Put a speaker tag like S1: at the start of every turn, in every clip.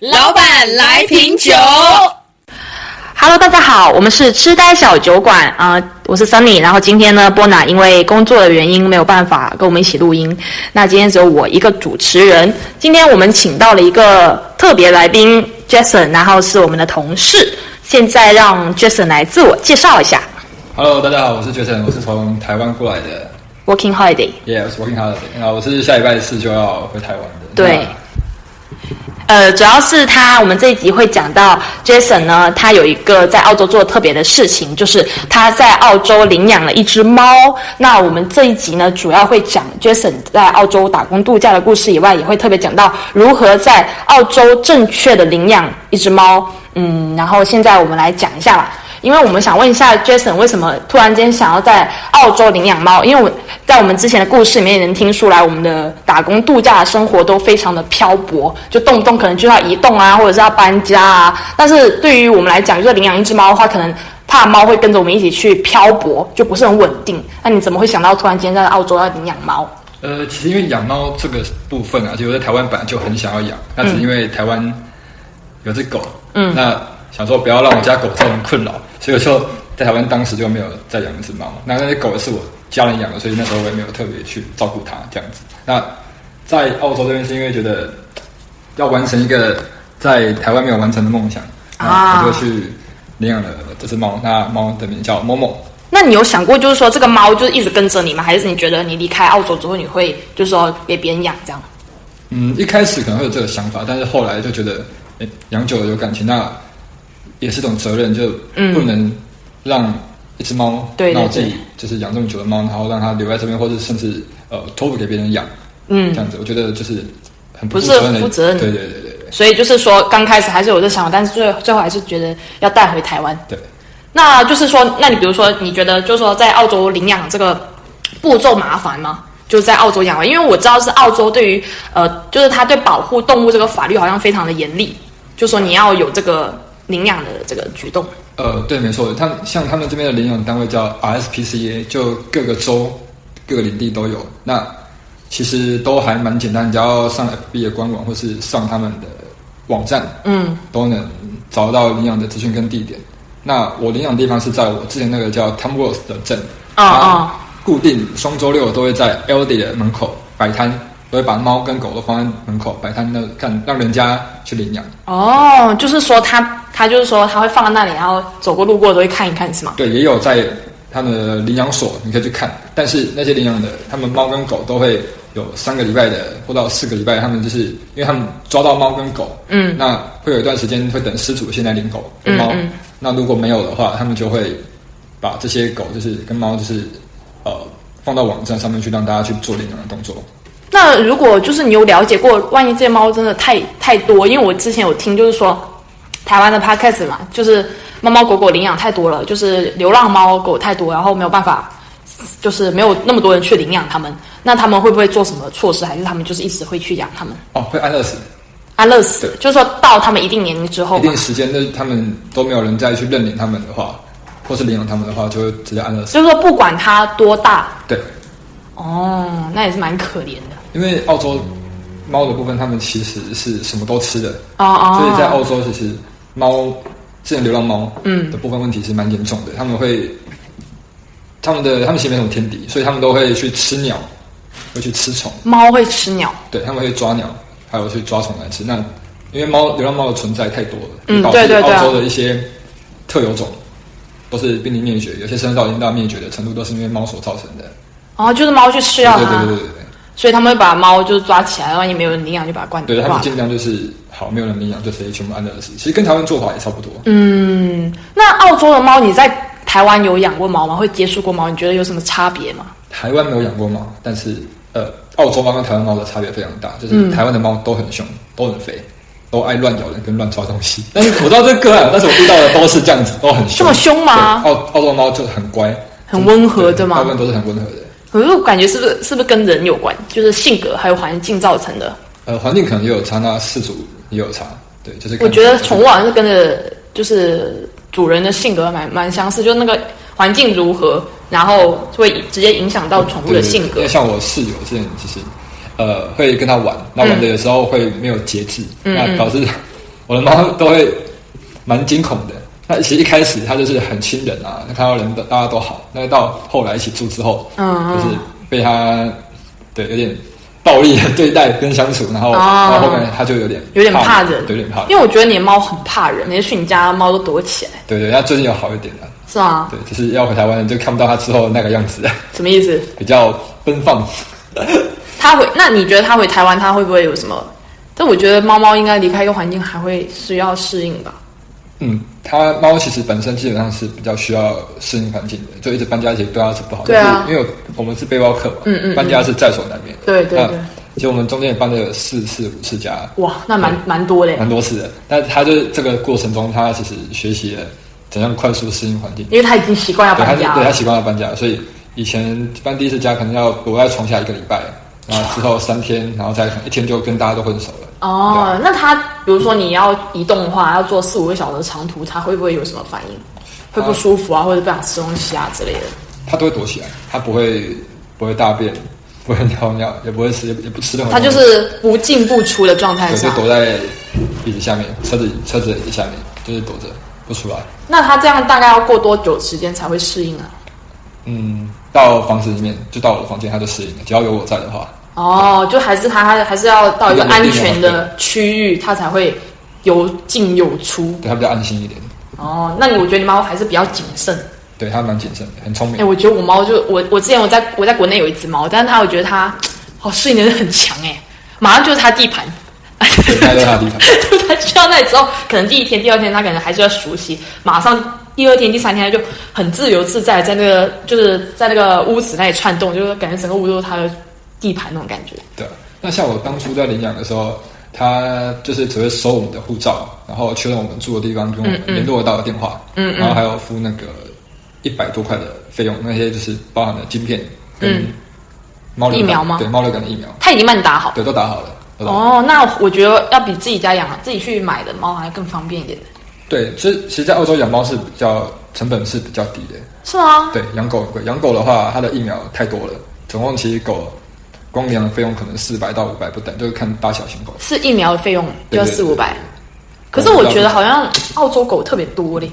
S1: 老板来瓶酒。
S2: Hello，大家好，我们是痴呆小酒馆啊、呃我是 Sunny。然后今天呢，波娜因为工作的原因没有办法跟我们一起录音，那今天只有我一个主持人。今天我们请到了一个特别来宾 Jason，然后是我们的同事。现在让 Jason 来自我介绍一下
S3: Hello，大家好，我是觉晨，我是从台湾过来的
S2: ，Working Holiday。
S3: ，Yeah，我是 working holiday，那我是下礼拜四就要回台湾的。
S2: 对呃，主要是他，我们这一集会讲到 Jason 呢，他有一个在澳洲做特别的事情，就是他在澳洲领养了一只猫。那我们这一集呢，主要会讲 Jason 在澳洲打工度假的故事以外，也会特别讲到如何在澳洲正确的领养一只猫。嗯，然后现在我们来讲一下吧。因为我们想问一下 Jason，为什么突然间想要在澳洲领养猫？因为我在我们之前的故事里面也能听出来，我们的打工度假的生活都非常的漂泊，就动不动可能就要移动啊，或者是要搬家啊。但是对于我们来讲，就是领养一只猫的话，可能怕猫会跟着我们一起去漂泊，就不是很稳定。那你怎么会想到突然间在澳洲要领养猫？
S3: 呃，其实因为养猫这个部分啊，其实我在台湾本来就很想要养，那只是因为台湾有只狗，嗯，那想说不要让我家狗造成困扰，所以我就在台湾当时就没有再养一只猫。那那只狗是我家人养的，所以那时候我也没有特别去照顾它这样子。那在澳洲这边是因为觉得要完成一个在台湾没有完成的梦想，
S2: 啊
S3: 那我就去领养了这只猫。那猫的名叫某某，
S2: 那你有想过，就是说这个猫就是一直跟着你吗？还是你觉得你离开澳洲之后，你会就是说给别人养这样？
S3: 嗯，一开始可能会有这个想法，但是后来就觉得，诶养久了有感情，那也是一种责任，就不能让一只猫，
S2: 嗯对对
S3: 让我自己就是养这么久的猫，然后让它留在这边，或者甚至呃托付给别人养，嗯，这样子，我觉得就是很
S2: 不
S3: 负
S2: 是
S3: 责任的，
S2: 负责任
S3: 对对对对
S2: 所以就是说，刚开始还是有这想法，但是最最后还是觉得要带回台湾。
S3: 对对。
S2: 那就是说，那你比如说，你觉得就是说，在澳洲领养这个步骤麻烦吗？就是在澳洲养完，因为我知道是澳洲对于呃，就是他对保护动物这个法律好像非常的严厉，就说你要有这个领养的这个举动。
S3: 呃，对，没错，他们像他们这边的领养单位叫 RSPCA，就各个州、各个领地都有。那其实都还蛮简单，你只要上 FB 的官网或是上他们的网站，嗯，都能找到领养的资讯跟地点。那我领养的地方是在我之前那个叫 Tamworth 的镇，
S2: 哦
S3: 它
S2: 哦
S3: 固定双周六都会在 LD 的门口摆摊，都会把猫跟狗都放在门口摆摊，那看让人家去领养。
S2: 哦，就是说他他就是说他会放在那里，然后走过路过都会看一看，是吗？
S3: 对，也有在他们的领养所，你可以去看。但是那些领养的，他们猫跟狗都会有三个礼拜的，或到四个礼拜，他们就是因为他们抓到猫跟狗，嗯，那会有一段时间会等失主先来领狗跟猫。那如果没有的话，他们就会把这些狗就是跟猫就是呃放到网站上面去，让大家去做领养的动作。
S2: 那如果就是你有了解过，万一这些猫真的太太多，因为我之前有听就是说，台湾的 podcast 嘛，就是猫猫狗狗领养太多了，就是流浪猫狗太多，然后没有办法，就是没有那么多人去领养它们，那他们会不会做什么措施？还是他们就是一直会去养它们，
S3: 哦，会安乐死，
S2: 安乐死？
S3: 对
S2: 就是说到他们一定年龄之后
S3: 一
S2: 嘛
S3: 定，时间，那他们都没有人再去认领他们的话，或是领养他们的话，就会直接安乐死。
S2: 就是说不管它多大，
S3: 对，
S2: 哦，那也是蛮可怜的。
S3: 因为澳洲猫的部分，它们其实是什么都吃的，
S2: 哦
S3: 所以在
S2: 哦，
S3: 澳洲其实猫，之前流浪猫，嗯，的部分问题是蛮严重的。他们会，他们的他们其实没什么天敌，所以他们都会去吃鸟，会去吃虫，
S2: 猫会吃鸟，
S3: 对，他们会抓鸟，还有去抓虫来吃。那因为猫流浪猫的存在太多了，
S2: 嗯
S3: 导致
S2: 对对对啊
S3: 澳洲的一些特有种都是濒临灭绝，有些甚至到已经到灭绝的程度，都是因为猫所造成的。
S2: 然后哦就是猫去吃掉
S3: 对
S2: 它
S3: 对，对对对。
S2: 所以他们会把猫就是抓起来，万一没有人领养就把它关
S3: 对他
S2: 挂
S3: 们
S2: 了
S3: 尽量就是好，没有人领养，就直接全部安乐死。其实跟台湾做法也差不多。
S2: 嗯那澳洲的猫，你在台湾有养过猫吗？会接触过猫？你觉得有什么差别吗？
S3: 台湾没有养过猫，但是呃，澳洲猫跟台湾猫的差别非常大，
S2: 嗯
S3: 就是台湾的猫都很凶，都很肥，都爱乱咬人跟乱抓东西。 但是我知道这个个案，但是我遇到的都是这样子，都很
S2: 这
S3: 凶。
S2: 么凶吗？
S3: 对嗯澳澳洲猫就很乖，
S2: 很温和对
S3: 大
S2: 吗
S3: 部？分都是很温和的。
S2: 可是我感觉是不是是不是跟人有关？就是性格还有环境造成的。
S3: 呃，环境可能也有差，那饲主也有差。对，就是
S2: 我
S3: 看嗯
S2: 觉得宠物好像是跟着就是主人的性格蛮蛮相似，就是那个环境如何，然后会直接影响到宠物的性
S3: 对对对
S2: 格
S3: 因为。像我室友之前，其实呃会跟它玩，那玩
S2: 嗯
S3: 的有时候会没有节制，那导致我的猫都会蛮惊恐的。那其实一开始它就是很亲人啊，那看到人大家都好，那到后来一起住之后，
S2: 嗯
S3: 就是被它对有点暴力的对待跟相处，然后、
S2: 哦
S3: 然后后面它就有点
S2: 有点怕人，
S3: 对有点怕人
S2: 因为我觉得你的猫很怕人，连去你家的猫都躲起来，
S3: 对对，那最近有好一点了、
S2: 是吗？
S3: 对，只是要回台湾就看不到它之后那个样子，
S2: 什么意思？
S3: 比较奔放。
S2: 它回那你觉得它回台湾，它会不会有什么？但我觉得猫猫应该离开一个环境还会需要适应吧。
S3: 嗯，它猫其实本身基本上是比较需要适应环境的，就一直搬家其实对它是不好的。
S2: 对啊
S3: 就是因为我们是背包客嘛，嗯嗯搬家是在所难免的。
S2: 对对
S3: 那
S2: 对
S3: 其实我们中间也搬了有四次五次家，
S2: 哇，那蛮蛮多嘞，
S3: 蛮多次的。但它就是这个过程中，它其实学习了怎样快速适应环境。
S2: 因为它已经习惯要
S3: 对，它
S2: 搬
S3: 是
S2: 家
S3: 对它
S2: 了。
S3: 习惯了搬家，所以以前搬第一次家可能要躲在床下一个礼拜，然后之后三天，然后再可能一天就跟大家都混熟了。
S2: 哦，那它比如说你要移动的话，要做四五个小时的长途，它会不会有什么反应？会不舒服啊，或者不想吃东西啊之类的？
S3: 它都会躲起来，它不会不会大便，不会尿尿，也不会吃，也也不吃任何
S2: 它
S3: 东西。
S2: 就是不进不出的状态
S3: 对，就
S2: 下。
S3: 躲在椅子下面，车子车子的椅子下面，就是躲着不出来。
S2: 那它这样大概要过多久时间才会适应啊？
S3: 嗯，到房子里面就到我的房间，它就适应了。只要有我在的话，
S2: 哦，就还是它它还是要到一个安全的区域，它才会有进有出。
S3: 对它比较安心一点。
S2: 哦，那你我觉得你猫还是比较谨慎。
S3: 对它蛮谨慎的，很聪
S2: 哎、
S3: 明。
S2: 我觉得我猫就我我之前我在我在国内有一只猫，但是它我觉得它好适应能力很强哎、马上就是它地盘。
S3: 对它在它的地方，
S2: 就 它去到那里之后，可能第一天、第二天它可能还是要熟悉，马上第二天、第三天它就很自由自在，在那个就是在那个屋子那里窜动，就是感觉整个屋都是它的地盘那种感觉。
S3: 对，那像我当初在领养的时候，他就是只会收我们的护照，然后确认我们住的地方跟
S2: 嗯
S3: 我们联络到的电话，嗯然后还有付那个一百多块的费用，那些就是包含了晶片跟猫
S2: 嗯
S3: 流感
S2: 疫苗吗
S3: 对，猫流感的疫苗，
S2: 它已经帮你打好了。
S3: 对，都打好了。都打好了
S2: 哦，那我觉得要比自己家养啊，自己去买的猫还更方便一点，
S3: 对，其实其实，在澳洲养猫是比较成本是比较低的，
S2: 是吗？
S3: 对，养狗很贵。养狗的话，它的疫苗太多了，总共其实狗光领养费用可能四百到五百不等，就是看大小型狗。
S2: 是疫苗的费用就要
S3: 对对哦
S2: 四
S3: 对
S2: 五百，可是我觉得好像澳洲狗特别多嘞，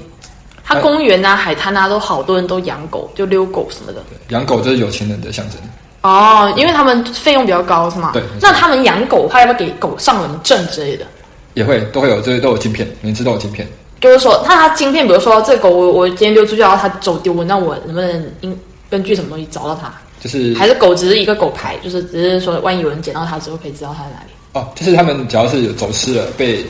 S2: 它公园
S3: 哎
S2: 啊、海滩啊都好多人都养狗，就遛狗什么的。
S3: 养狗就是有钱人的象征。
S2: 哦，因为他们费用比较高是吗？
S3: 对没错
S2: 那他们养狗，他要不要给狗上门证之类的？
S3: 也会都会有，这些都有镜片，每只都有镜片。
S2: 就是说，那他今天比如说这狗我我今天溜出去，然后它走丢了，那我能不能因根据什么东西找到它？
S3: 就是
S2: 还是狗只是一个狗牌，就是只是说万一有人捡到它之后可以知道它在哪里？
S3: 哦，就是他们只要是有走失了，被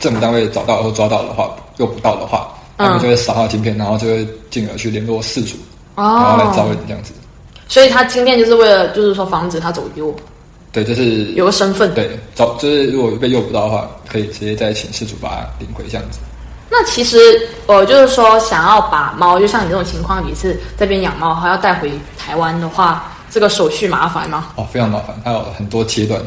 S3: 政府单位找到或抓到的话，又不到的话，
S2: 嗯
S3: 他们就会扫到镜片，然后就会进而去联络事主，然后来找人这样子。
S2: 哦所以他今天就是为了，就是说防止他走丢，
S3: 对，就是
S2: 有个身份。
S3: 对找，就是如果被诱捕到的话，可以直接再请事主把它领回这样子。
S2: 那其实呃，就是说，想要把猫，就像你这种情况，你是这边养猫，还要带回台湾的话，这个手续麻烦吗？
S3: 哦，非常麻烦，还有很多阶段。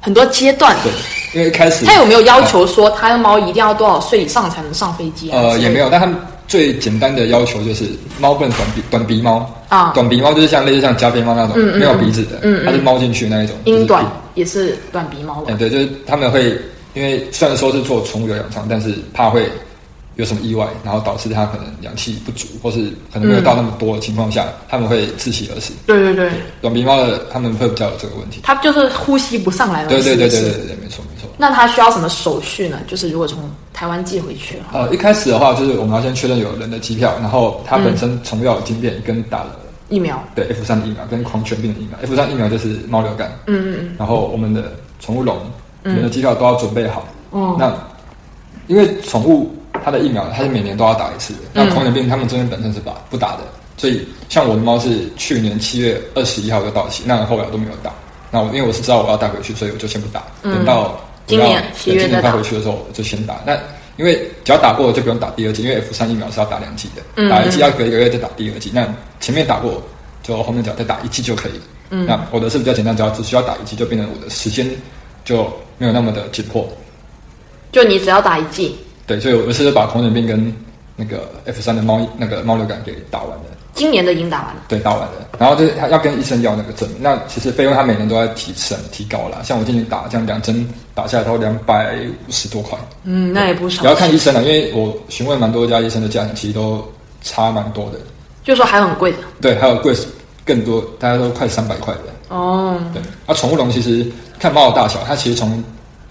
S2: 很多阶段。
S3: 对，因为一开始
S2: 他有没有要求说，他的猫一定要多少岁以上才能上飞机啊？
S3: 呃，
S2: 之类的
S3: 也没有，但他们最简单的要求就是猫不能短鼻短鼻猫
S2: 啊嗯
S3: 短鼻猫就是像类似像加菲猫那种、没有鼻子的，它是猫进去那一种。就是
S2: 英短也是短鼻猫
S3: 哎、
S2: 吧？
S3: 对，就是他们会因为虽然说是做宠物的养仓，但是怕会有什么意外，然后导致它可能氧气不足，或是可能没有到那么多的情况
S2: 嗯
S3: 下，他们会窒息而死。
S2: 对对对，
S3: 短鼻猫的他们会比较有这个问题。
S2: 它就是呼吸不上来了。
S3: 对对对
S2: 是
S3: 对
S2: 不
S3: 对
S2: 嗯是
S3: 对对，没错没错。
S2: 那它需要什么手续呢？就是如果从台湾寄回去的话，
S3: 呃，一开始的话就是我们要先确认有人的机票，然后它本身从药晶片跟打了。
S2: 疫苗
S3: 对 F 三的疫苗跟狂犬病的疫苗，F 三疫苗就是猫流感，嗯嗯，然后我们的宠物笼、我们的机票都要准备好，
S2: 哦
S3: 嗯，那因为宠物它的疫苗它是每年都要打一次的，
S2: 嗯
S3: 那狂犬病他们这边本身是打不打的，所以像我的猫是去年七月二十一号就到期，那后来我都没有打，那我因为我是知道我要带回去，所以我就先不打，等到我要
S2: 嗯今年
S3: 对
S2: 七月
S3: 今年
S2: 再
S3: 带
S2: 打
S3: 回去的时候我就先打，那。因为只要打过了就不用打第二剂，因为 F 三疫苗是要打两剂的，
S2: 嗯
S3: 打一剂要隔一个月再打第二剂。那前面打过，就后面只要再打一剂就可以。嗯，那我的是比较简单，只要只需要打一剂，就变成我的时间就没有那么的紧迫。
S2: 就你只要打一剂，
S3: 对，所以我是把狂犬病跟那个 F 三的猫那个猫流感给打完了。
S2: 今年的已经打完了。
S3: 对，打完了。然后就是他要跟医生要那个证明。那其实费用他每年都在提升、提高啦。像我今年打这样两针打下来，都两百五十多块。
S2: 嗯，那也不少
S3: 也要。看医生了，因为我询问蛮多家医生的价钱，其实都差蛮多的。
S2: 就说还很贵的
S3: 对，还有贵更多，大家都快三百块的。
S2: 哦。
S3: 对，那、宠物笼其实看猫的大小，它其实从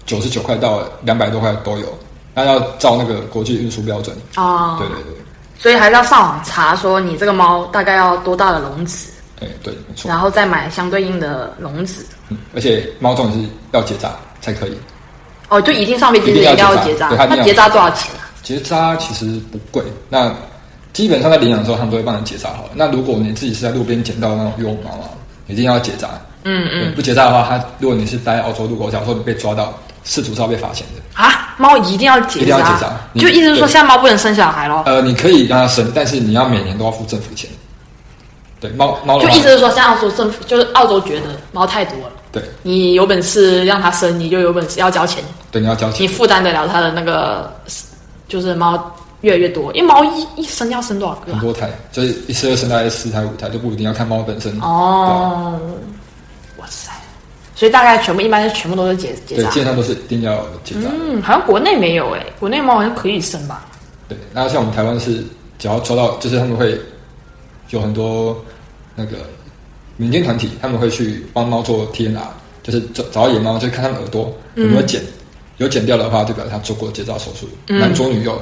S3: 九十九块到两百多块都有。那要照那个国际运输标准。
S2: 啊、
S3: 对对对，
S2: 所以还是要上网查说你这个猫大概要多大的笼子，
S3: 哎对，没错。
S2: 然后再买相对应的笼子。
S3: 嗯而且猫重点是要结扎才可以。
S2: 哦，就一定上面其实
S3: 一定要
S2: 要
S3: 结
S2: 结扎，
S3: 扎对它一定
S2: 那
S3: 要
S2: 结扎多少钱啊？
S3: 结扎其实不贵，那基本上在领养的时候，他们都会帮你结扎好了。那如果你自己是在路边捡到那种幼猫啊，一定要结扎。嗯嗯，不结扎的话，它如果你是待在澳洲入国，假如说你被抓到，事主是要被罚钱的。
S2: 啊，猫一定要结扎，
S3: 一定要结扎
S2: 就意思是说
S3: 对
S2: 现在猫不能生小孩咯。
S3: 呃，你可以让它生，但是你要每年都要付政府钱。对，猫猫的
S2: 就
S3: 话
S2: 意思是说，现在澳洲政府就是澳洲觉得猫太多了，
S3: 对
S2: 你有本事让它生，你就有本事要交钱，
S3: 对，你要交
S2: 你
S3: 钱。
S2: 负担得了它的那个就是猫越来越多，因为猫一一生要生多少个
S3: 很
S2: 啊、
S3: 多胎，就是一次要生大概四胎五胎，就不一定要看猫本身。
S2: 哦，哇塞！所以大概全部一般是全部都是结
S3: 对，
S2: 结
S3: 对，
S2: 扎
S3: 基，本上都是一定要结扎。
S2: 嗯，好像国内没有哎、国内猫好像可以生吧？
S3: 对，那像我们台湾是，只要抓到，就是他们会有很多那个民间团体，他们会去帮猫做 TNR，就是找找到野猫，就看它们耳朵
S2: 嗯
S3: 有没有剪，有剪掉的话，就表示它做过结扎手术，
S2: 嗯
S3: 男左女右。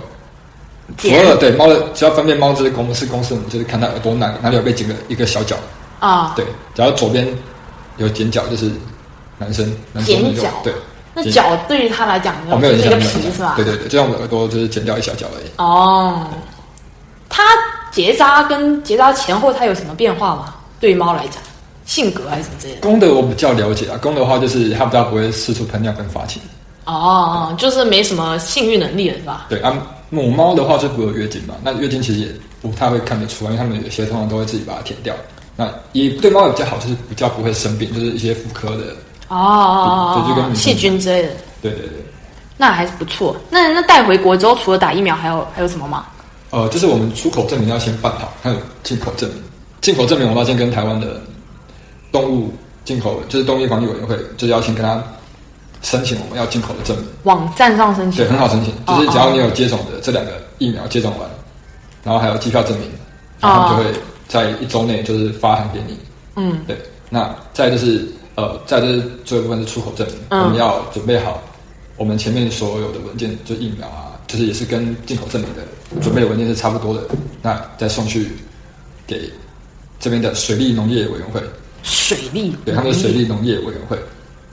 S3: 除了对猫的，只要分辨猫这是公是公是母，就是看它耳朵哪哪里有被剪个一个小角。
S2: 啊，
S3: 对，只要左边有剪角，就是男生，男左女
S2: 剪
S3: 右
S2: 角。
S3: 对，
S2: 那
S3: 剪
S2: 脚对于它来讲，
S3: 哦没有
S2: 就是一
S3: 影响，
S2: 个
S3: 没有
S2: 皮
S3: 影
S2: 是
S3: 响
S2: 吧？
S3: 对对对，就像我们耳朵就是剪掉一小角而已。
S2: 哦，它结扎跟结扎前后它有什么变化吗？对于猫来讲，性格还是什么之类的？
S3: 公的我比较了解啊，公的话就是它比较不会四处喷尿跟发情。
S2: 哦，就是没什么性欲能力了是吧？
S3: 对啊，母猫的话就不会有月经嘛，那月经其实也不太会看得出来，因为它们有些通常都会自己把它舔掉。那也对猫也比较好，就是比较不会生病，就是一些妇科的。
S2: 哦哦
S3: 对就
S2: 哦
S3: 跟
S2: 哦，细菌之类的，
S3: 对对对，
S2: 那还是不错。那那带回国之后，除了打疫苗，还有还有什么吗？
S3: 呃，就是我们出口证明要先办好，还有进口证明。进口证明我们要先跟台湾的动物进口，就是动物管理委员会，就是要先跟他申请我们要进口的证明。
S2: 网站上申请哦
S3: 对，很好申请，就是只要你有接种的这两个疫苗接种完，然后还有机票证明，
S2: 哦
S3: 然后他们就会在一周内就是发函给你。
S2: 嗯，
S3: 对。那再就是呃，再就是最后一部分是出口证明，
S2: 嗯
S3: 我们要准备好我们前面所有的文件，就疫苗啊，就是也是跟进口证明的准备文件是差不多的，那再送去给这边的水利农业委员会，
S2: 水利，
S3: 对，他们是水利农业委员会，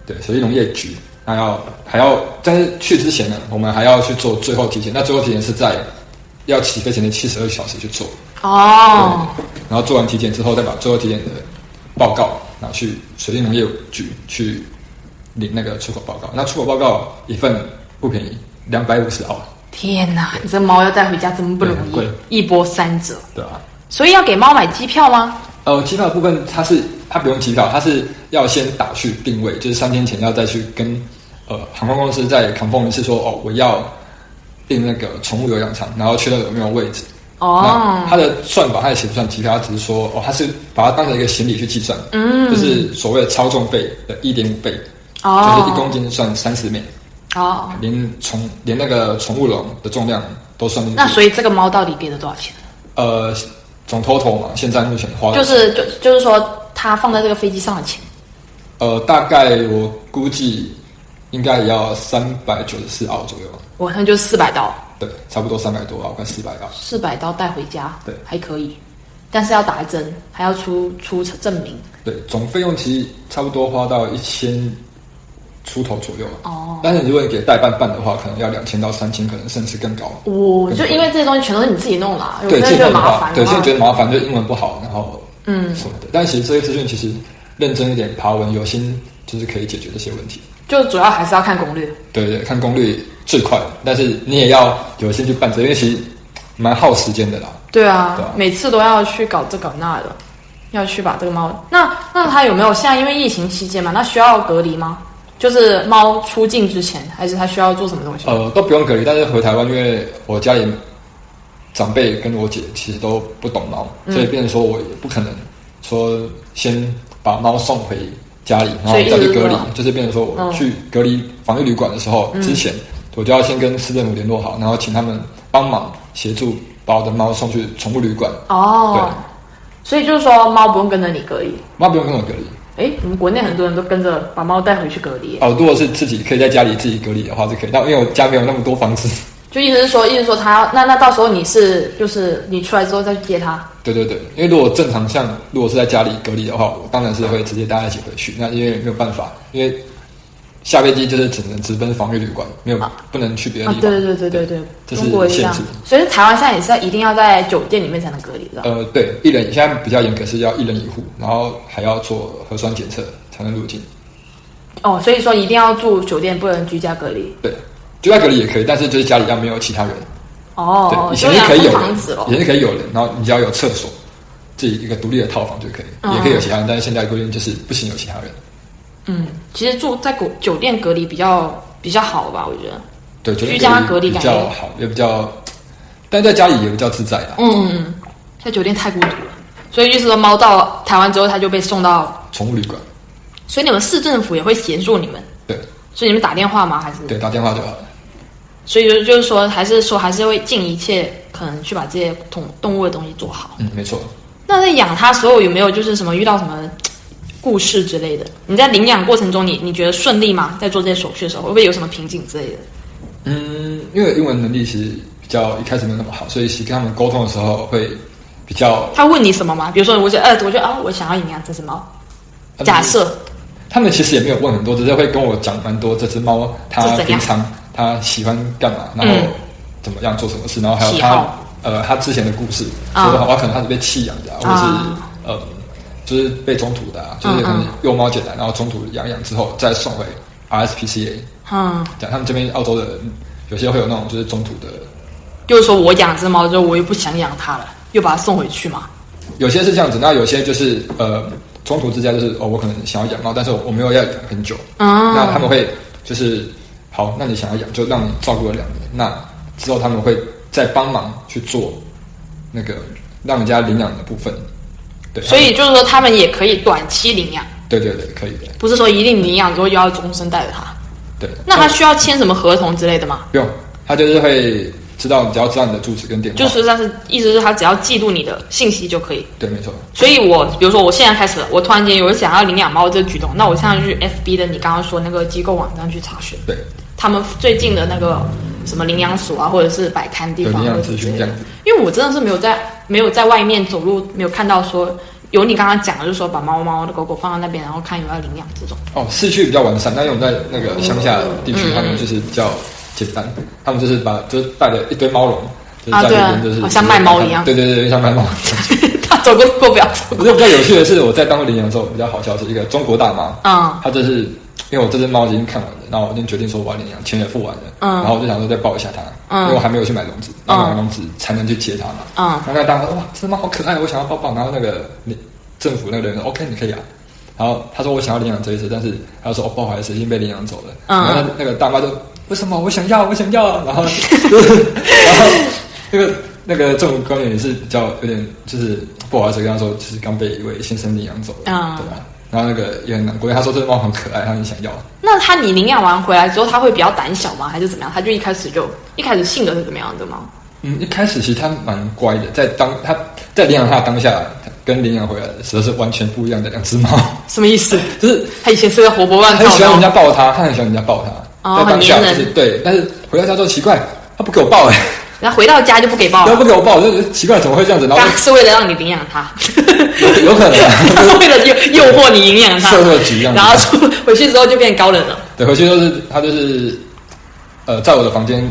S3: 对，水利农业局。那要还要，但是去之前呢，我们还要去做最后体检。那最后体检是在要起飞前的七十二小时去做，
S2: 哦，
S3: 然后做完体检之后，再把最后体检的报告拿去水利农业局去领那个出口报告。那出口报告一份不便宜，两百五十澳，
S2: 天哪，你这猫要带回家真不容
S3: 对很
S2: 易
S3: 贵，
S2: 一波三折。
S3: 对吧、
S2: 所以要给猫买机票吗？
S3: 呃，机票的部分它是它不用机票，它是要先打去定位，就是三天前要再去跟呃航空公司再 confirm 一次说哦，我要订那个宠物有氧场，然后确认有没有位置。
S2: 哦
S3: 那，它的算法它也写不算机票，它只是说哦，它是把它当成一个行李去计算，嗯，就是所谓的超重费的一点五倍，
S2: 哦
S3: 就是一公斤算三十美，
S2: 哦，
S3: 连宠连那个宠物笼的重量都算进去。
S2: 那所以这个猫到底给了多少钱？
S3: 呃，总 total 嘛，现在目前花了
S2: 就是就就是说，它放在这个飞机上的钱
S3: 呃，大概我估计应该也要三百九十四澳左右，
S2: 晚上就是四百刀，
S3: 对，差不多三百多澳，快四百澳。
S2: 四百刀带回家，
S3: 对
S2: 还可以，但是要打针，还要出出证明。
S3: 对，总费用其实差不多花到一千出头左右。
S2: 哦，
S3: 但是如果你给代办办的话，可能要两千到三千，可能甚至更高。
S2: 我就因为这些东西全都是你自己弄的啊，我
S3: 对，
S2: 真的觉
S3: 这
S2: 得
S3: 个的
S2: 麻
S3: 话
S2: 烦，
S3: 对，
S2: 的
S3: 现在
S2: 话。
S3: 觉得麻烦，就英文不好，然后嗯什么的。但其实这些资讯其实认真一点爬文，有心就是可以解决这些问题。
S2: 就主要还是要看攻略。
S3: 对对，看攻略最快，但是你也要有心去办这，因为其实蛮耗时间的啦。
S2: 对啊，
S3: 对啊
S2: 每次都要去搞这搞那的，要去把这个猫。那那它有没有现在因为疫情期间嘛？那需要隔离吗？就是猫出
S3: 哦
S2: 境之前，还是它需要做什么东西？
S3: 呃，都不用隔离，但是回台湾，因为我家里长辈跟我姐其实都不懂猫，所以
S2: 嗯
S3: 变成说我也不可能说先把猫送回家里，然后
S2: 所以一
S3: 再去
S2: 直嗯
S3: 隔离
S2: 都，
S3: 就是变成说我去隔离防疫旅馆的时候、之
S2: 嗯
S3: 前，我就要先跟市政府联络好，然后请他们帮忙协助把我的猫送去宠物旅馆。
S2: 哦，所以就是说猫不用跟着你隔离。
S3: 猫不用跟我隔离
S2: 哎，我们国内很多人都跟着把猫带回去隔离耶，
S3: 哦，如果是自己可以在家里自己隔离的话是可以，但因为我家没有那么多房子，
S2: 就意思是说，意思是说他要那那到时候你是就是你出来之后再去接他。
S3: 对对对，因为如果正常像如果是在家里隔离的话，我当然是会直接大家一起回去。那因为没有办法，因为下飞机就是只能直奔防疫旅馆，没有、不能去别的
S2: 啊
S3: 地，方。
S2: 对对对对对
S3: 这
S2: 对，中国
S3: 是
S2: 也这
S3: 限
S2: 样
S3: 制。。
S2: 所以台湾现在也是一定要在酒店里面才能隔离的。
S3: 呃，对，一人现在比较严格是要一人一户，然后还要做核酸检测才能入境。
S2: 哦，所以说一定要住酒店，不能居家隔离。
S3: 对，就在隔离也可以，但是就是家里要没有其他人。
S2: 哦，
S3: 对，以
S2: 就
S3: 前是可以有
S2: 房子
S3: 人，
S2: 咯
S3: 以。前是可以有人，然后你只要有厕所，自己一个独立的套房就可以，
S2: 哦
S3: 也可以有其他人，但是现在规定就是不行有其他人。
S2: 其实住在国酒店隔离比较比较好吧，我觉得。
S3: 对，酒
S2: 居
S3: 店
S2: 家隔离
S3: 比
S2: 感
S3: 较
S2: 觉
S3: 好，也比较，但在家里也比较自在啊。
S2: 在酒店太孤独了，所以就是说猫到台湾之后，它就被送到，
S3: 宠物旅馆，
S2: 所以你们市政府也会协助你们，
S3: 对
S2: 所以你们打电话吗？还是？
S3: 对，打电话就好了。
S2: 所以就就是说，还是说还是会尽一切可能去把这些动动物的东西做好。
S3: 嗯，没错。
S2: 那在养它时候有没有就是什么遇到什么故事之类的？你在领养过程中你，你觉得顺利吗？在做这些手续的时候，会不会有什么瓶颈之类的？
S3: 嗯，因为英文能力其实比较一开始没有那么好，所以其实跟他们沟通的时候会比较。
S2: 他问你什么吗？比如说，我觉得，呃，我觉得啊、我想要领养这只猫。
S3: 他们
S2: 假设
S3: 他们其实也没有问很多，只是会跟我讲蛮多这只猫它
S2: 是怎
S3: 平
S2: 样
S3: 常它喜欢干嘛，然后
S2: 嗯
S3: 怎么样做什么事，然后还有
S2: 喜
S3: 它
S2: 好
S3: 呃它之前的故事，
S2: 啊
S3: 就是我可能它是被弃养的、啊，或者
S2: 啊
S3: 是呃就是被中途的、啊，就是可能
S2: 嗯
S3: 幼猫捡来，然后中途养养之后再送回 RSPCA，
S2: 嗯，
S3: 讲他们这边澳洲的有些会有那种就是中途的，
S2: 就是说我养只猫之后，我又不想养它了，又把它送回去嘛。
S3: 有些是这样子，那有些就是呃中途之家就是哦我可能想要养猫，但是我我没有要养很久，
S2: 啊、
S3: 那他们会就是好，那你想要养就让你照顾了两年，那之后他们会再帮忙去做那个让人家领养的部分，对，
S2: 所以就是说，他们也可以短期领养，
S3: 对对对，可以的，
S2: 不是说一定领养之后就要终身带着它。
S3: 对，
S2: 那他需要签什么合同之类的吗？
S3: 不用，他就是会知道，只要知道你的住址跟电话，
S2: 就是嗯但是意思是他只要记录你的信息就可以。
S3: 对，没错，
S2: 所以我比如说我现在开始了，我突然间有想要领养猫这个举动，那我现在去 FB 的你刚刚说那个机构网站去查询，
S3: 对，
S2: 他们最近的那个什么领养所啊，或者是摆摊地
S3: 有
S2: 方
S3: 领养
S2: 或者
S3: 咨
S2: 之
S3: 询
S2: 类
S3: 这
S2: 的
S3: 样子，
S2: 因为我真的是没有在没有在外面走路，没有看到说有你刚刚讲的，就是说把猫猫的狗狗放在那边，然后看有没有领养这种。
S3: 哦，市区比较完善，但因为我们在那个乡下地区，他们就是比较简单，他们就是把就是带了一堆猫笼，就是
S2: 啊
S3: 在
S2: 对
S3: 那
S2: 啊
S3: 边就是
S2: 好像卖猫一样
S3: 对对对，对像卖猫。
S2: 他走过路过不要 走。
S3: 我觉得比较有趣的是，我在当过领养的时候，比较好笑是一个中国大妈，
S2: 嗯
S3: 她就是因为我这只猫已经看完了，然后我已经决定说我要领养，钱也付完了，
S2: 嗯
S3: 然后我就想说再抱一下它，因为我还没有去买笼子，然后买完笼子才能去接它嘛。
S2: 嗯
S3: 然后那个大妈说哇，这只猫好可爱，我想要抱抱。然后那个领政府那个人说 OK，你可以啊。然后他说我想要领养这一只，但是他说哦不好意思，已经被领养走了。
S2: 嗯
S3: 然后那那个大妈就为什么我想要我想要啊，然后然后那个那个政府官员也是比较有点就是不好意思跟他说，就是刚被一位先生领养走了，
S2: 嗯
S3: 对吧？然后那个也很难过，因为他说这只猫很可爱，他很想要。
S2: 那他你领养完回来之后，他会比较胆小吗？还是怎么样？他就一开始就一开始性格是怎么样的吗？
S3: 嗯，一开始其实它蛮乖的，在当它在领养它的当下，跟领养回来的时候是完全不一样的两只猫，
S2: 什么意思？
S3: 就是
S2: 他以前是个活泼乱
S3: 很
S2: 跳
S3: 喜
S2: 的
S3: 欢人
S2: 哦，
S3: 家抱它，它很喜欢人家抱它，
S2: 哦
S3: 在当下
S2: 很
S3: 就
S2: 黏
S3: 是
S2: 人
S3: 对，但是回到家之后奇怪，它不给我抱哎、
S2: 然后回到家就不给抱
S3: 它
S2: 了，
S3: 不给我抱，我就觉得奇怪怎么会这样子，然后
S2: 刚是为了让你领养 他，
S3: 有有可 能、啊、
S2: 为了诱诱惑你领养他，
S3: 社会局这样子
S2: 然后出回去之后就变高冷了。
S3: 对，回去都是他就是，呃，在我的房间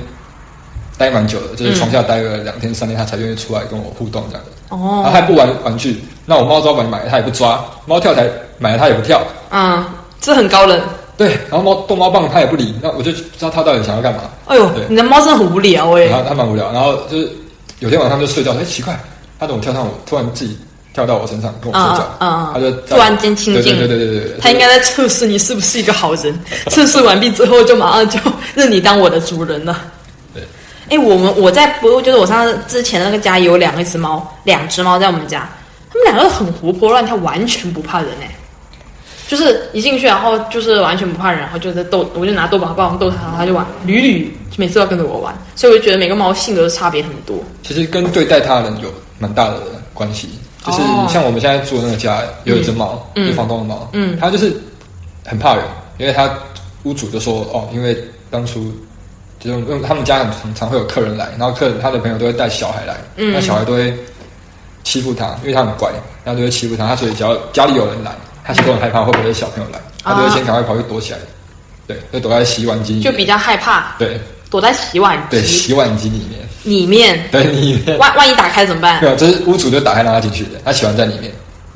S3: 待蛮久的，就是床下待个两天三天，他才愿意出来跟我互动这样的。然后
S2: 嗯哦，
S3: 他还不玩玩具，那我猫抓板买了他也不抓，猫跳台买了他也不跳，
S2: 嗯，这很高冷。
S3: 对，然后猫逗猫棒他也不理，那我就不知道他到底想要干嘛。
S2: 哎呦
S3: 对，啊
S2: 你的猫真的很无聊哎、
S3: 然后他蛮无聊，然后就是有天晚上就睡觉，哎，奇怪，他怎么跳上我，突然自己跳到我身上跟我睡觉，
S2: 嗯嗯嗯
S3: 他就
S2: 突然间亲近
S3: 对对对对对对，
S2: 他应该在测试你是不 是一个好人。测试完毕之后，就马上就认你当我的主人了。
S3: 对。
S2: 哎，我们我在不就是我上次之前的那个家有两只猫，两只猫在我们家，它们两个都很活泼乱跳，完全不怕人哎。就是一进去，然后就是完全不怕人，然后就在逗，我就拿逗宝棒逗它，然后它就玩，屡屡每次都要跟着我玩，所以我就觉得每个猫性格都差别很多。
S3: 其实跟对待他人有蛮大的关系，就是
S2: 哦
S3: 像我们现在住的那个家有一只猫，有房东的猫，嗯，它就是很怕人，因为它屋主就说哦，因为当初就是因为他们家很常常会有客人来，然后客人他的朋友都会带小孩来，那小孩都会欺负他，因为他很乖，然后就会欺负他，他所以只要家里有人来，他其实都很害怕会不会有小朋友来，他就会先赶快跑去躲起来，对，就躲在洗碗机里面，
S2: 就比较害怕，
S3: 对
S2: 躲在洗碗
S3: 嗯对
S2: 机
S3: 洗碗机里面，
S2: 里面，
S3: 对里面。
S2: 万万一打开怎么办
S3: 没？有，啊就是屋主就打开让他进去的，他喜欢在里面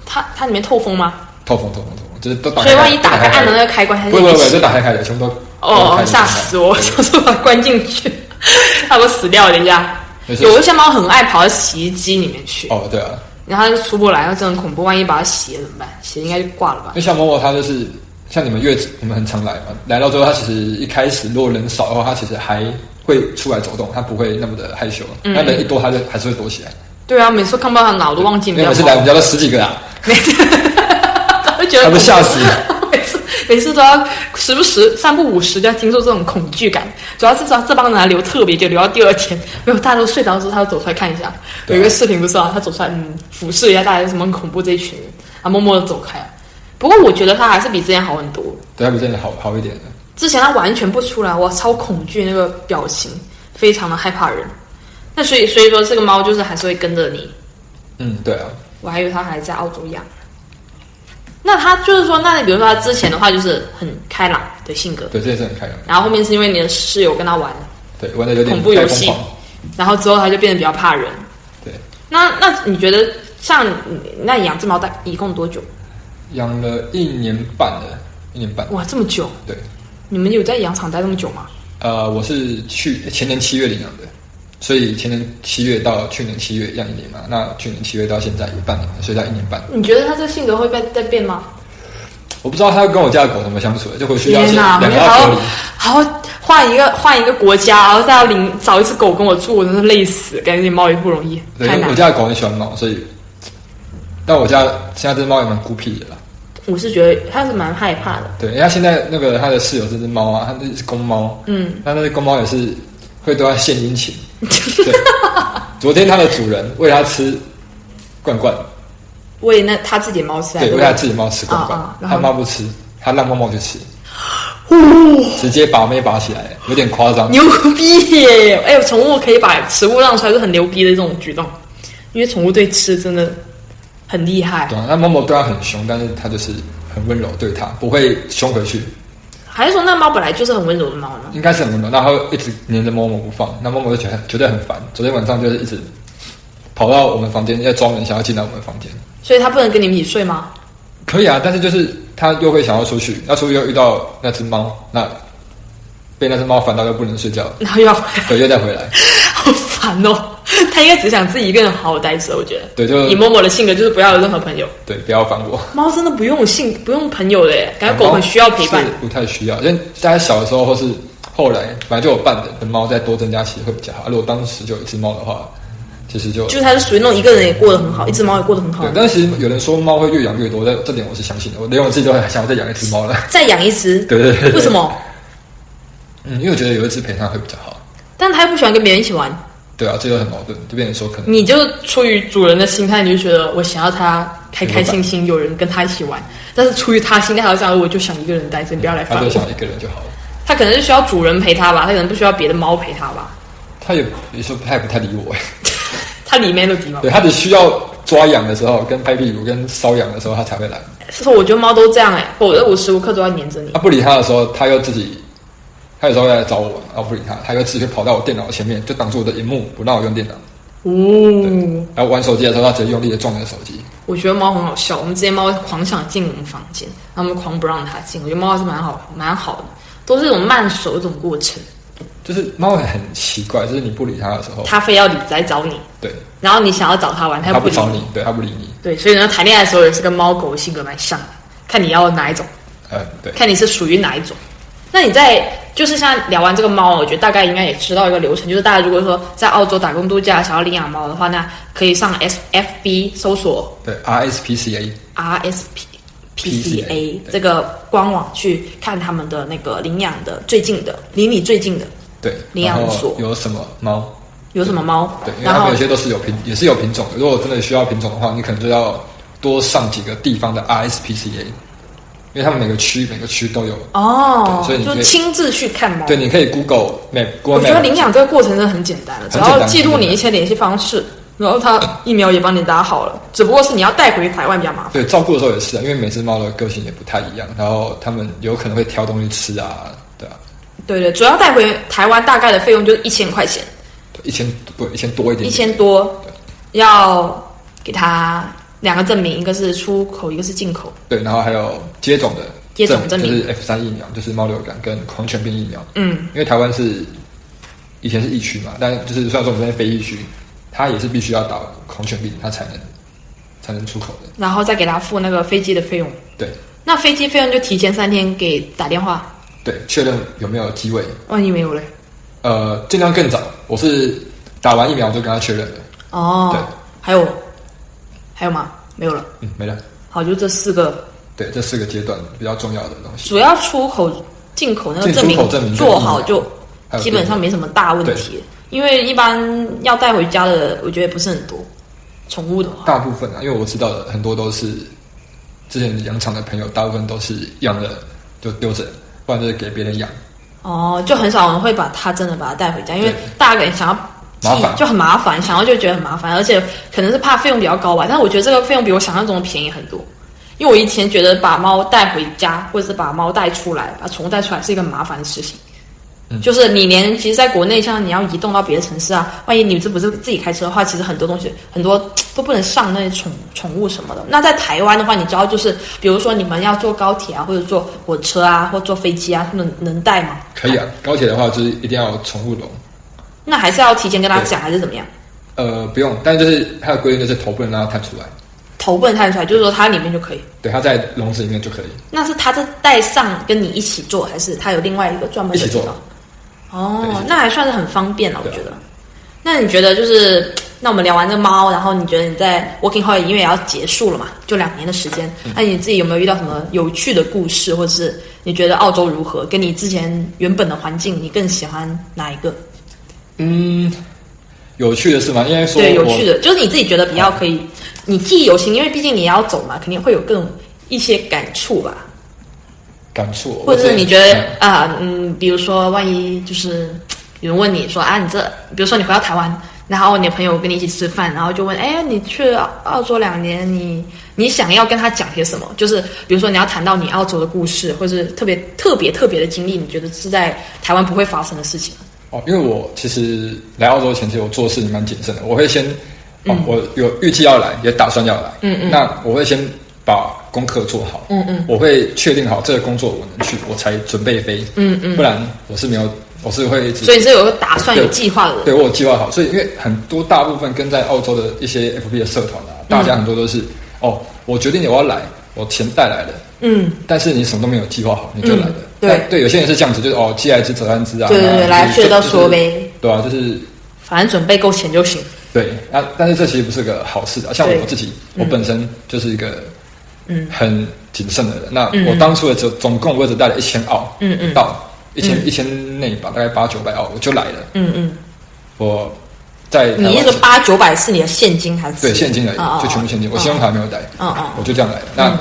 S2: 它它里面透风吗？
S3: 透风透风透风，就是都打开。
S2: 所以万一打开按
S3: 的
S2: 的那个开关，它
S3: 不
S2: 就
S3: 不
S2: 一
S3: 不，
S2: 起
S3: 就打开开的，全部都
S2: 哦，吓死我！我 想说把它关进去， 它给我死掉等一下。
S3: 没事
S2: 有一些猫很爱跑到洗衣机里面去，
S3: 哦，对啊，
S2: 然后它就出不来，那真的很恐怖。万一把它洗了怎么办？洗了应该就挂了吧？
S3: 那像某某他就是像你们月子，我们很常来嘛，来到之后他其实一开始如果人少的话，他其实还会出来走动，他不会那么的害羞。
S2: 嗯
S3: 那人一多，他就还是会躲起来。
S2: 对啊，每次看不到它脑都忘记
S3: 因
S2: 没
S3: 为
S2: 有
S3: 每次来我们家都十几个啊，
S2: 它会觉得
S3: 他
S2: 恐
S3: 都
S2: 怖
S3: 吓死了。
S2: 每次每次都要时不时三不五时就要经受这种恐惧感，主要是这这帮人还留特别久，留到第二天，没有大家都睡着之后，他就走出来看一下。有
S3: 对啊
S2: 一个视频不是啊，他走出来嗯俯视一下大家有什么很恐怖这一群人，啊默默的走开了。不过我觉得他还是比之前好很多，
S3: 对，他比真的好好一点的。
S2: 之前他完全不出来，哇，超恐惧那个表情，非常的害怕人。那所以所以说这个猫就是还是会跟着你，
S3: 嗯，对啊，
S2: 我还以为他还在澳洲养。那他就是说，那你比如说他之前的话就是很开朗的性格，
S3: 对，这也是很开朗。
S2: 然后后面是因为你的室友跟他玩，
S3: 对，玩的有点
S2: 恐怖游
S3: 太疯
S2: 戏
S3: 狂。
S2: 然后之后他就变得比较怕人。
S3: 对，
S2: 那那你觉得像你那你养只猫大一共多久？
S3: 养了一年半了，一年半。
S2: 哇，这么久！
S3: 对，
S2: 你们有在养场待这么久吗？
S3: 呃，我是去前年七月领养的，所以前年七月到去年七月养一年嘛，那去年七月到现在有半年，所以它一年半。
S2: 你觉得它这性格会在在变吗？
S3: 我不知道它跟我家的狗怎么相处的，就回去要
S2: 天
S3: 先
S2: 哪，
S3: 啊两
S2: 我
S3: 个
S2: 觉
S3: 要
S2: 得好
S3: 隔
S2: 像
S3: 离。
S2: 好像换一个换一个国家，然后再要领找一只狗跟我住，我真是累死，感觉猫也不容易，
S3: 对，
S2: 太
S3: 因为
S2: 难
S3: 我
S2: 了。
S3: 家的狗很喜欢猫，所以，但我家现在这只猫也蛮孤僻的啦。
S2: 我是觉得它是蛮害怕的，
S3: 对，因为它现在那个它的室友这只猫啊，它那只公猫，嗯，那那只公猫也是会对它献殷勤。对，昨天它的主人喂它吃罐罐，
S2: 喂那它自己的猫吃还
S3: 对，
S2: 是
S3: 喂它自己猫吃罐罐
S2: 啊啊，然
S3: 它
S2: 后
S3: 猫不吃，它让猫猫去吃，直接把妹拔起来，有点夸张。
S2: 牛逼耶！哎、宠物可以把食物让出来，是很牛逼的这种举动，因为宠物对吃真的很厉害。
S3: 对啊，那猫猫对它很凶，但是它就是很温柔对它，不会凶回去，
S2: 还是说那猫本来就是很温柔的猫呢？
S3: 应该是很温柔。那它会一直黏着猫猫不放，那猫猫就觉得觉得很烦。昨天晚上就是一直跑到我们房间要装人，想要进来我们房间。
S2: 所以它不能跟你们一起睡吗？
S3: 可以啊，但是就是它又会想要出去，那出去又遇到那只猫，那被那只猫烦到又不能睡觉，
S2: 然后又要 回来，
S3: 对，又再回来。
S2: 好烦哦！它应该只想自己一个人好好待着，我觉得。
S3: 对就
S2: 以默默的性格，就是不要有任何朋友。
S3: 对，不要烦我。
S2: 猫真的不用性，不用朋友的耶，感觉狗很需要陪伴
S3: 是。不太需要。因为大家小的时候或是后来，本来就有伴的，等猫再多增加，其实会比较好。如果当时就有一只猫的话，其实就
S2: 就是它是属于那种一个人也过得很好，一只猫也过得很好
S3: 对。。但是其实有人说猫会越养越多，但这点我是相信的。我连我自己都很想要再养一 只猫了。
S2: 再养一只，
S3: 对对对对
S2: 为什么？
S3: 嗯，因为我觉得有一只陪它会比较好。
S2: 但它又不喜欢跟别人一起玩。
S3: 对啊，这就很矛盾，就变成说可能
S2: 你就出于主人的心态，你就觉得我想要它开开心心，有人跟它一起玩。但是出于它心态，好像我就想一个人待着，你不要来
S3: 它
S2: 烦
S3: 就想
S2: 我。
S3: 一个人就好了。
S2: 它可能是需要主人陪它吧，它可能不需要别的猫陪它吧。
S3: 它也也说它也不太理我，哎
S2: 它里面的敌猫
S3: 对，，它只需要抓痒的时候、跟拍屁股、跟搔痒的时候，它才会来。
S2: 是我觉得猫都这样哎、我我无时无刻都要黏着你
S3: 他。啊不理他的时候，他又自己，他有时候会来找我玩，然后不理他，他又自己跑到我电脑前面，就挡住我的荧幕，不让我用电脑。
S2: 哦，
S3: 然后玩手机的时候，他直接用力的撞你的手机。
S2: 我觉得猫很好笑。我们之前猫狂想进我们房间，然后我们狂不让它进。我觉得猫还是蛮好，蛮好的，都是一种慢熟一种过程。
S3: 就是猫很奇怪，就是你不理它的时候，
S2: 它非要你来找你，
S3: 对，
S2: 然后你想要找它玩，它又
S3: 它不
S2: 理
S3: 找你，对，它不理你，
S2: 对，所以呢，谈恋爱的时候也是跟猫狗性格蛮像的，看你要哪一种，
S3: 呃，对，
S2: 看你是属于哪一种。那你在就是像聊完这个猫，我觉得大概应该也知道一个流程，就是大家如果说在澳洲打工度假想要领养猫的话，那可以上 S F B 搜索
S3: 对，RSPCA，
S2: R S P P C A
S3: PCA
S2: 这个官网去看他们的那个领养的最近的离你最近的
S3: 对，
S2: 领
S3: 然
S2: 养
S3: 后
S2: 所
S3: 有什么猫？
S2: 有什么猫
S3: 对，因，为
S2: 然
S3: 他们
S2: 后
S3: 有些都是有品，也是有品种的。如果真的需要品种的话，你可能就要多上几个地方的 RSPCA，因为他们每个区每个区都有。
S2: 哦
S3: 对所以，你
S2: 就
S3: 可以
S2: 亲自去看猫。
S3: 对，你可以 Google Map，
S2: 我
S3: Google
S2: 觉
S3: Map，
S2: 得领养这个过程真的很简单的，只
S3: 很简单
S2: 要记录你一些联系方式，然后它疫苗也帮你打好了，只不过是你要带回台湾比较麻烦。
S3: 对，照顾的时候也是啊，因为每只猫的个性也不太一样，然后它们有可能会挑东西吃啊，对啊，
S2: 对对，主要带回台湾大概的费用就是一千块钱，
S3: 一千不一千多一点点，
S2: 一千多，要给它两个证明，一个是出口，一个是进口。
S3: 对，然后还有接种的
S2: 接种证明
S3: 就是 F 三疫苗，就是猫流感跟狂犬病疫苗。
S2: 嗯，
S3: 因为台湾是以前是疫区嘛，但就是虽然说我们现在非疫区，它也是必须要打狂犬病，它才能才能出口的。
S2: 然后再给它付那个飞机的费用。
S3: 对
S2: 那飞机费用就提前三天给打电话，
S3: 对，确认有没有机位，
S2: 万一没有嘞？
S3: 呃，尽量更早。我是打完疫苗就跟他确认了，
S2: 哦
S3: 对，
S2: 还有还有吗？没有了。
S3: 嗯，没了。
S2: 好，就这四个
S3: 对，这四个阶段比较重要的东西。
S2: 主要出口、进口那个
S3: 进
S2: 证明
S3: 出口证明
S2: 做好就
S3: 还有
S2: 基本上没什么大问题，因为一般要带回家的，我觉得也不是很多。宠物的话，
S3: 大部分啊，因为我知道的很多都是之前养场的朋友，大部分都是养了就丢着，不然就是给别人养。
S2: 哦，就很少人会把它真的把它带回家，因为
S3: 对
S2: 大家想要。
S3: 麻烦
S2: 就很麻烦，想要就觉得很麻烦，而且可能是怕费用比较高吧。但是我觉得这个费用比我想象中的便宜很多，因为我以前觉得把猫带回家或者是把猫带出来、把宠物带出来是一个很麻烦的事情，
S3: 嗯
S2: 就是你连其实在国内，像你要移动到别的城市啊，万一你这不是自己开车的话，其实很多东西很多都不能上那些宠宠物什么的。那在台湾的话，你知道就是，比如说你们要坐高铁啊，或者坐火车啊，或坐飞机啊，能能带吗？
S3: 可以啊，高铁的话就是一定要有宠物笼，
S2: 那还是要提前跟他
S3: 对
S2: 讲，还是怎么样？
S3: 呃，不用，但就是它的规定就是头不能让它探出来，
S2: 头不能探出来，就是说它里面就可以。
S3: 对，它在笼子里面就可以。
S2: 那是他在带上跟你一起做，还是他有另外一个专门的地
S3: 一起
S2: 方
S3: 做？对一起
S2: 哦
S3: 做，
S2: 那还算是很方便了，我
S3: 对啊
S2: 觉得。那你觉得就是，那我们聊完这猫，然后你觉得你在 Working Holiday 因为也要结束了嘛，就两年的时间，
S3: 嗯
S2: 那你自己有没有遇到什么有趣的故事，或者是你觉得澳洲如何，跟你之前原本的环境，你更喜欢哪一个？
S3: 嗯，有趣的是吗？应该说
S2: 对，有
S3: 我
S2: 趣的，就是你自己觉得比较可以，你记忆犹新，因为毕竟你也要走嘛，肯定会有更一些感触吧。
S3: 感触，
S2: 或者是
S3: 我自己
S2: 你觉得
S3: 嗯
S2: 啊、嗯，比如说，万一就是有人问你说啊，你这，比如说你回到台湾，然后你的朋友跟你一起吃饭，然后就问，哎，你去澳澳洲两年，你你想要跟他讲些什么？就是比如说你要谈到你澳洲的故事，或是特别特别特别的经历，你觉得是在台湾不会发生的事情。
S3: 哦，因为我其实来澳洲前，其实我做事蛮谨慎的，我会先哦，
S2: 嗯
S3: 我有预计要来，也打算要来，嗯嗯，那我会先把功课做好，嗯嗯，我会确定好这个工作我能去，我才准备飞，嗯嗯，不然我是没有，我是会一直
S2: 所以你是有个打算、有计划的人。
S3: 对我有计划好，所以因为很多大部分跟在澳洲的一些 FB 的社团啊，大
S2: 嗯
S3: 家很多都是、哦，我决定我要来，我钱带来了，
S2: 嗯，
S3: 但是你什么都没有计划好，你就来了。
S2: 对
S3: 但对，有些人是这样子，就是哦，既来之则安之啊。
S2: 对对对
S3: 那就是
S2: 来去到说呗
S3: 就是对啊，就是
S2: 反正准备够钱就行。
S3: 对啊，但是这其实不是个好事啊。像
S2: 对
S3: 我自己，我本身就是一个嗯很谨慎的人。那
S2: 嗯
S3: 我当初也只总共我也只带了一千澳，嗯嗯，到一千一千内吧，大概八九百澳，我就来了。
S2: 嗯嗯，
S3: 我在台湾
S2: 你那个八九百是你的现金还是？
S3: 对，现金而已，
S2: 哦哦
S3: 就全部现金。我信用卡没有带，
S2: 嗯嗯
S3: 我就这样来的。那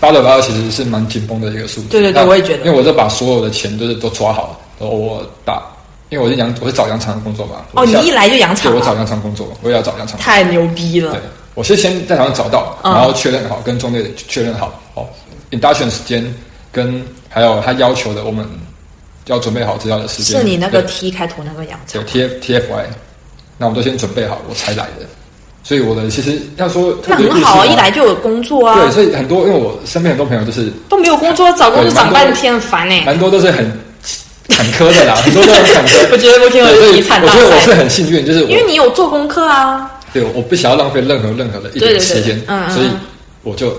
S3: 八六八二其实是蛮紧绷的一个数字。
S2: 对对对
S3: 那
S2: 我也觉得
S3: 因为我就把所有的钱都是都抓好了，然后我打，因为我是养，我是找羊场工作嘛。
S2: 哦，
S3: 我
S2: 你
S3: 下
S2: 一来就扬
S3: 对，
S2: 场
S3: 我找
S2: 了，
S3: 羊场工作，我也要找羊场。
S2: 太牛逼了
S3: 对。，我是先在台湾找到，
S2: 嗯
S3: 然后确认好，跟中介确认好，哦，induction 时间跟还有他要求的我们要准备好资料的时间。
S2: 是你那个
S3: 对
S2: T 开头那个洋葱
S3: 有 T F T F Y，那我都先准备好，我才来的。所以我的其实要说特
S2: 那
S3: 别
S2: 很好啊，
S3: 意思
S2: 一来就有工作啊，
S3: 对，所以很多因为我身边很多朋友就是
S2: 都没有工作，找工作
S3: 对
S2: 找
S3: 蛮多
S2: 半天，很烦哎、
S3: 蛮多都是很坎坷的啦，很多 都很坎坷。
S2: 我觉得我挺有
S3: 对所以
S2: 遗产
S3: 我
S2: 大
S3: 觉得我是
S2: 赛，
S3: 很幸运，就是我
S2: 因为你有做功课啊，
S3: 对我不想要浪费任何任何的一
S2: 对对
S3: 点
S2: 对
S3: 时间
S2: 嗯嗯，
S3: 所以我就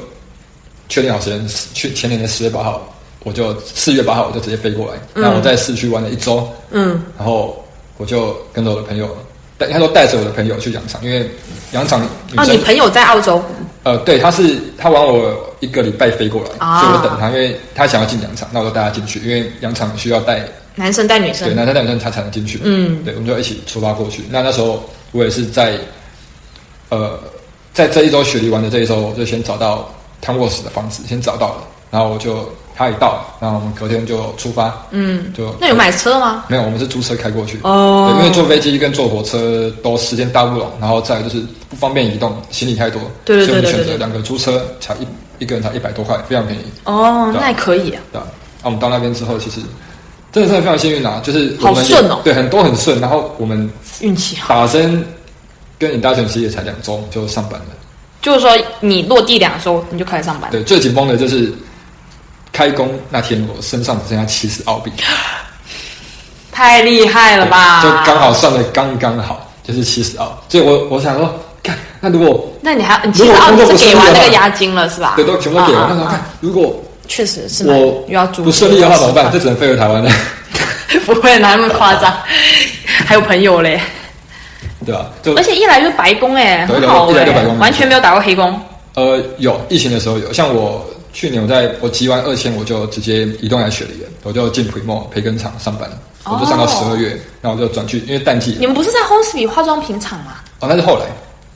S3: 确定好时间，去前年的十月八号，我就四月八号我就直接飞过来，然后我在市区玩了一周，
S2: 嗯，
S3: 然后我就跟着我的朋友，带他说带着我的朋友去养场，因为养场女
S2: 哦，
S3: 生、
S2: 你朋友在澳洲，
S3: 呃，对，他是他晚我一个礼拜飞过来，
S2: 啊
S3: 所以我等他，因为他想要进羊场，那我就带他进去，因为羊场需要带
S2: 男生带女
S3: 对
S2: 生，
S3: 男生带女生他才能进去，
S2: 嗯，
S3: 对，我们就一起出发过去。那那时候我也是在呃，在这一周雪梨玩的这一周，我就先找到汤沃斯的房子，先找到了，然后我就他一到，然后我们隔天就出发，嗯，就
S2: 那有买车吗？
S3: 没有，我们是租车开过去。
S2: 哦
S3: 对因为坐飞机跟坐火车都时间搭不拢，然后再来就是不方便移动，行李太多。
S2: 对对
S3: 所以我们
S2: 对对
S3: 选
S2: 对
S3: 择
S2: 对
S3: 两个租车，才一一个人才一百多块，非常便宜，
S2: 哦，
S3: 对啊
S2: 那也可以啊。
S3: 对吧？那、我们到那边之后，其实真的真的非常幸运啊，就是我们
S2: 好
S3: 也
S2: 顺哦
S3: 对，很多很顺。然后我们
S2: 运气好，
S3: 打针跟尹大选其实也才两周就上班了。
S2: 就是说你落地两周你就开始上班，
S3: 对，最紧绷的就是开工那天，我身上只剩下七 十澳币，
S2: 太厉害了吧？
S3: 就刚。好算的刚刚好，就是七十澳。所以我我想说，看那如果
S2: 那你还你其实澳洲是给完那个押金了是吧？
S3: 对，都全部给
S2: 啊
S3: 了。
S2: 啊
S3: 那时候
S2: 啊
S3: 看，如果
S2: 确实是蛮
S3: 我
S2: 又要租
S3: 不顺利的话怎么办？这只能飞回台湾了，
S2: 不会哪那么夸张，还有朋友嘞，
S3: 对吧？就
S2: 而且一来就是白工哎，
S3: 对
S2: 很好
S3: 一来
S2: 哎
S3: 就白工，
S2: 完全没有打过黑工。
S3: 呃有疫情的时候有，像我去年我在我集完二千，我就直接移动来雪梨了，我就进 Primo 培根厂上班，我就上到十二月，然后我就转去，因为淡季
S2: 你们不是在 h o m e s b y 化妆品厂吗？
S3: 哦，那是后来，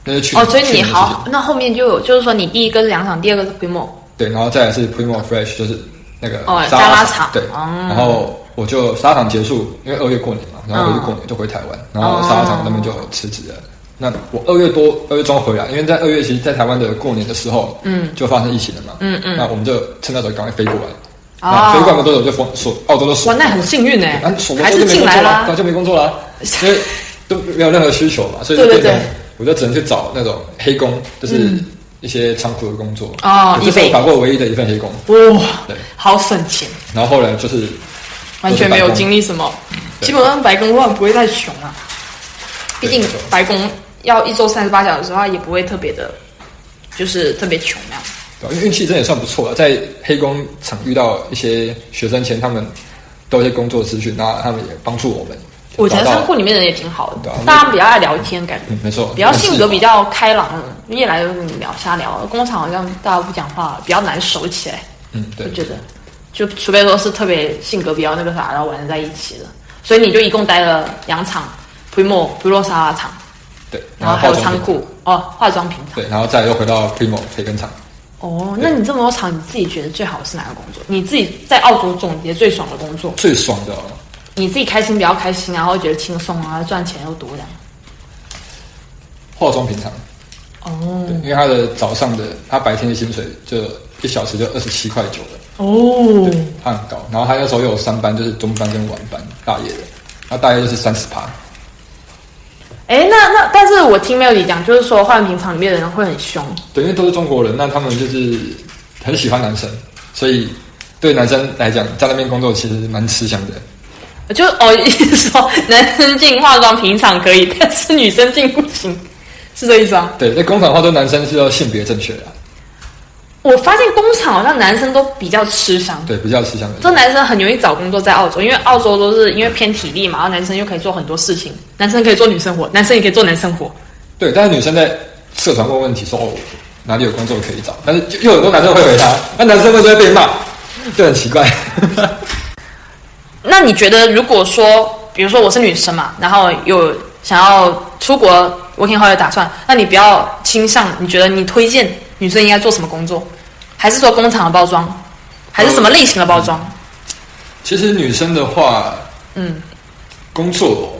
S3: 那是去
S2: 哦，所以
S3: 去
S2: 你
S3: 年的事情
S2: 好，那后面就有，就是说你第一个是两场，第二个是 Primo，
S3: 对，然后再来是 Primo Fresh，就是那个
S2: 哦
S3: 沙
S2: 沙拉
S3: 拉
S2: 厂
S3: 对，
S2: 哦
S3: 然后我就沙拉厂结束，因为二月过年嘛，然后
S2: 嗯
S3: 回去过年就回台湾，然后沙拉厂那边就辞职了。
S2: 哦
S3: 那我二月多二月中回来，因为在二月其实，在台湾的过年的时候，嗯，就发生疫情了嘛，嗯嗯，那我们就趁那时候赶快飞过来，那飞过来没多久就封锁，澳洲都锁
S2: 哦哇，，那很幸运哎
S3: 啊，锁，国
S2: 还
S3: 之后
S2: 是
S3: 就没
S2: 进
S3: 工作
S2: 来
S3: 啦，
S2: 啦
S3: 对，。就没工作啦， 因为都没有任何需求嘛，所以就
S2: 对对
S3: 变成
S2: 对嗯
S3: 我就只能去找那种黑工，就是一些仓库的工作，
S2: 哦
S3: 对这是
S2: 一
S3: 我
S2: 辈
S3: 打过唯一的一份黑工，
S2: 哇，
S3: 对，
S2: 好省钱，
S3: 然后后来就是
S2: 完全没有经历什么，
S3: 对
S2: 基本上白工乱不会太穷啊，毕竟
S3: 没错
S2: 白工要一周三十八小时的话，也不会特别的，就是特别穷那样。
S3: 对啊因为运气真的也算不错了，在黑工厂遇到一些学生前，他们都有一些工作资讯，那他们也帮助我们。
S2: 我觉得
S3: 找到
S2: 仓库里面的人也挺好的
S3: 对啊，
S2: 大家比较爱聊天，感觉
S3: 嗯没错，
S2: 比较性格比较开朗，一来就跟你聊瞎聊。工厂好像大家不讲话，比较难熟起来，
S3: 嗯，对
S2: 我，觉得，就除非说是特别性格比较那个啥，然后玩得在一起的。所以你就一共待了两场，Primo、p r o 沙拉厂，
S3: 对，
S2: 然后还有仓
S3: 化妆品，
S2: 库哦，化妆品厂。
S3: 对，然后再又回到 Primo 培根厂。
S2: 哦，那你这么多场，你自己觉得最好是哪个工作？你自己在澳洲总结最爽的工作，
S3: 最爽的哦、
S2: 你自己开心比较开心啊，然后觉得轻松啊，赚钱又多这样。
S3: 化妆品厂，
S2: 哦
S3: 对，因为他的早上的他白天的薪水就一小时就二十七块九了，
S2: 哦，
S3: 他很高。然后他那时候又有三班，就是中班跟晚班，大夜的，那大夜就是三十趴。
S2: 哎，那那，但是我听 Melody 讲，就是说换平常里面的人会很凶，
S3: 对，因为都是中国人，那他们就是很喜欢男生，所以对男生来讲，在那边工作其实蛮吃香的。
S2: 就哦，意思说男生进化妆品厂可以，但是女生进不行，是这意思啊？
S3: 对，在工厂的话，对男生是要性别正确的，啊
S2: 我发现工厂好像男生都比较吃香，
S3: 对，比较吃香
S2: 这
S3: 的。
S2: 男生很容易找工作在澳洲，因为澳洲都是因为偏体力嘛，然后男生又可以做很多事情，男生可以做女生活，男生也可以做男生活，
S3: 对，但是女生在社团问问题说哦，哪里有工作可以找，但是就又有很多男生会回答，那男生会不会被骂？就很奇怪。
S2: 那你觉得，如果说，比如说我是女生嘛，然后有想要出国 working holiday 的打算，那你比较倾向，你觉得你推荐女生应该做什么工作？还是说工厂的包装，还是什么类型的包装？
S3: 其实女生的话，
S2: 嗯，
S3: 工作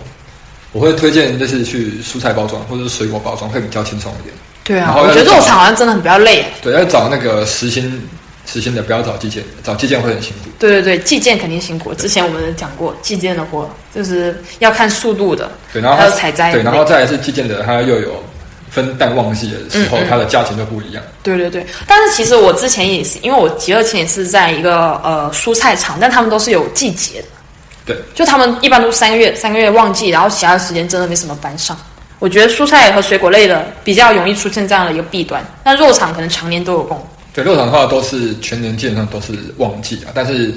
S3: 我会推荐就是去蔬菜包装或者是水果包装会比较轻松一点。
S2: 对啊
S3: 然后
S2: 我
S3: 要
S2: 觉得
S3: 去
S2: 肉
S3: 找
S2: 厂好像真的很比较累。
S3: 对，要找那个实心实心的，不要找寄件，找寄件会很辛苦。
S2: 对对对，计件肯定辛苦，之前我们讲过，计件的活就是要看速度的，
S3: 对，然后
S2: 还
S3: 它
S2: 有采摘，
S3: 对，然后再来是寄件的，它又有分淡旺季的时
S2: 嗯
S3: 候，它的价钱就不一样。
S2: 对对对，但是其实我之前也是，因为我极乐前也是在一个呃蔬菜厂，但他们都是有季节的。
S3: 对，
S2: 就他们一般都三个月，三个月旺季，然后其他的时间真的没什么班上。我觉得蔬菜和水果类的比较容易出现这样的一个弊端，那肉厂可能常年都有供，
S3: 对，肉场的话都是全年基本上都是旺季啊，但是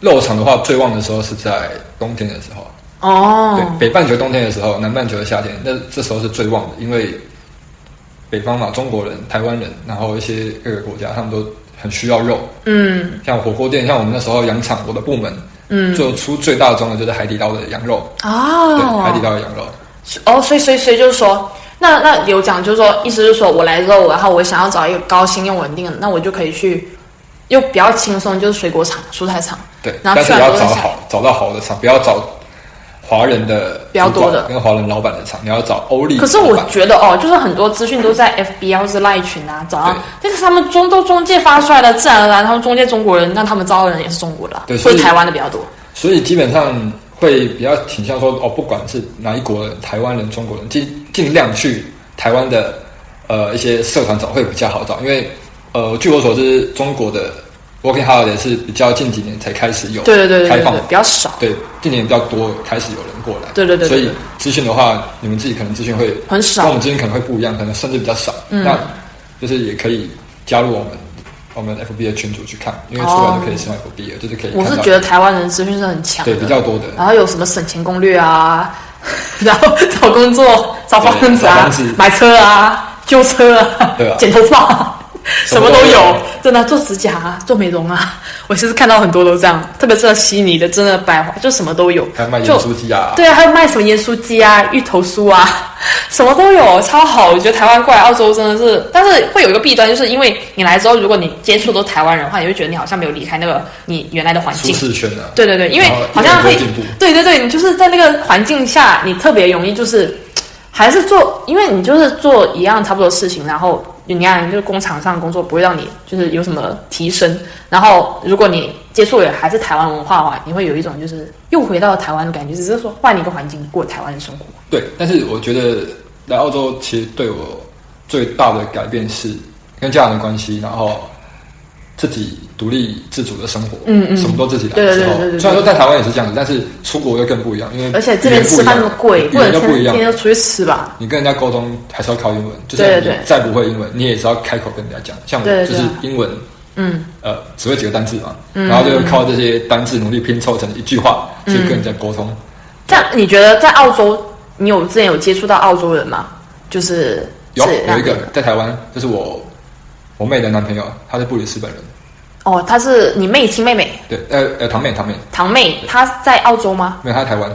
S3: 肉场的话最旺的时候是在冬天的时候，啊对
S4: 哦，，
S3: 北半球冬天的时候，南半球的夏天，那这时候是最旺的，因为北方嘛，中国人、台湾人，然后一些各个国家，他们都很需要肉。
S4: 嗯
S3: 像火锅店，像我们那时候羊场，我的部门，嗯，做出最大宗的就是海底捞的羊肉，对，海底
S2: 哦
S3: 捞的羊肉。
S2: 哦，所以所以所以就是说，那那有讲就是说，意思就是说我来肉，然后我想要找一个高薪又稳定的，那我就可以去又比较轻松，就是水果厂、蔬菜厂，
S3: 对，
S2: 然后
S3: 但
S2: 去
S3: 是
S2: 完
S3: 你
S2: 之
S3: 要
S2: 后再
S3: 找
S2: 想
S3: 好，找到好的厂，不要找华人的
S2: 比较多
S3: 主管
S2: 的
S3: 跟华人老板的厂，你要找欧力老板。
S2: 可是我觉得哦，就是很多资讯都在 FB 或是赖群啊找到
S3: 对，
S2: 但是他们中都中介发出来的，自然而然他们中介中国人，那他们招的人也是中国的啊、
S3: 对
S2: 所以
S3: 所以
S2: 台湾的比较多。
S3: 所以基本上会比较倾向说，哦，不管是哪一国人，台湾人、中国人，尽尽量去台湾的呃一些社团找会比较好找，因为呃，据我所知，中国的 Working Holiday 是比较近几年才开始有
S2: 对对对对
S3: 开
S2: 对
S3: 放
S2: 对，比较少，
S3: 对近年比较多开始有人过来，
S2: 对对对对
S3: 所以
S2: 对
S3: 资讯的话，你们自己可能资讯会
S2: 很少嗯
S3: 跟我们之间可能会不一样，可能甚至比较少，那就是也可以加入我们。我们 FB 的群组去看，因为出来就可以上 FB 了，就是可以看
S2: 哦我
S3: 到。
S2: 是觉得台湾人资讯是很强的
S3: 对，比较多的，
S2: 然后有什么省钱攻略啊， 然后找工作、找房子
S3: 对找
S2: 啊
S3: 房子、
S2: 买车啊、修车啊、
S3: 对啊
S2: 剪头发啊，什
S3: 什
S2: 么
S3: 么
S2: 都
S3: 都有
S2: 有，真的做指甲啊、做美容啊， 我其实看到很多都这样，特别是在悉尼的，真的百花就什么都有，
S3: 还卖
S2: 就
S3: 盐酥鸡啊，
S2: 对啊，还有卖什么盐酥鸡啊、芋头酥啊， 什么都有，超好。我觉得台湾过来澳洲真的是，但是会有一个弊端，就是因为你来之后，如果你接触都是台湾人的话，你会觉得你好像没有离开那个你原来的环
S3: 舒
S2: 境。
S3: 适圈啊，
S2: 对对对，因为
S3: 然后
S2: 好像
S3: 一个
S2: 会
S3: 人就进步，
S2: 对对对，你就是在那个环境下，你特别容易就是还是做，因为你就是做一样差不多的事情，然后你看就是工厂上工作不会让你就是有什么提升，然后如果你接触的还是台湾文化的话，你会有一种就是又回到台湾的感觉，只是说换一个环境过台湾的生活。
S3: 对，但是我觉得来澳洲其实对我最大的改变是跟家人的关系，然后自己独立自主的生活，
S2: 嗯嗯
S3: 什么都自己来的时
S2: 对对
S3: 候
S2: 对对对，对
S3: 虽然说在台湾也是这样子，但是出国又更不一样，因为
S2: 而且这边吃饭那么贵，
S3: 语
S2: 不能
S3: 言又
S2: 天
S3: 不嗯一
S2: 天
S3: 样，
S2: 天都出去吃吧？
S3: 你跟人家沟通还是要靠英文，就
S2: 对
S3: 是
S2: 对
S3: 你
S2: 对
S3: 再不会英文，你也是要开口跟人家讲。像
S2: 对对
S3: 我
S2: 嗯
S3: 就是英文，嗯，呃，只会几个单字嘛，然后就靠这些单字努力拼凑成一句话去跟人家沟
S2: 嗯
S3: 通。
S2: 这样你觉得在澳洲，你有之前有接触到澳洲人吗？就是
S3: 有
S2: 是
S3: 有一个
S2: 那
S3: 在台湾，就是我我妹的男朋友，他是布里斯本人，
S2: 哦，她是你妹亲妹妹
S3: 对，呃呃，堂妹堂妹，
S2: 堂妹，她在澳洲吗？
S3: 没有他在台湾，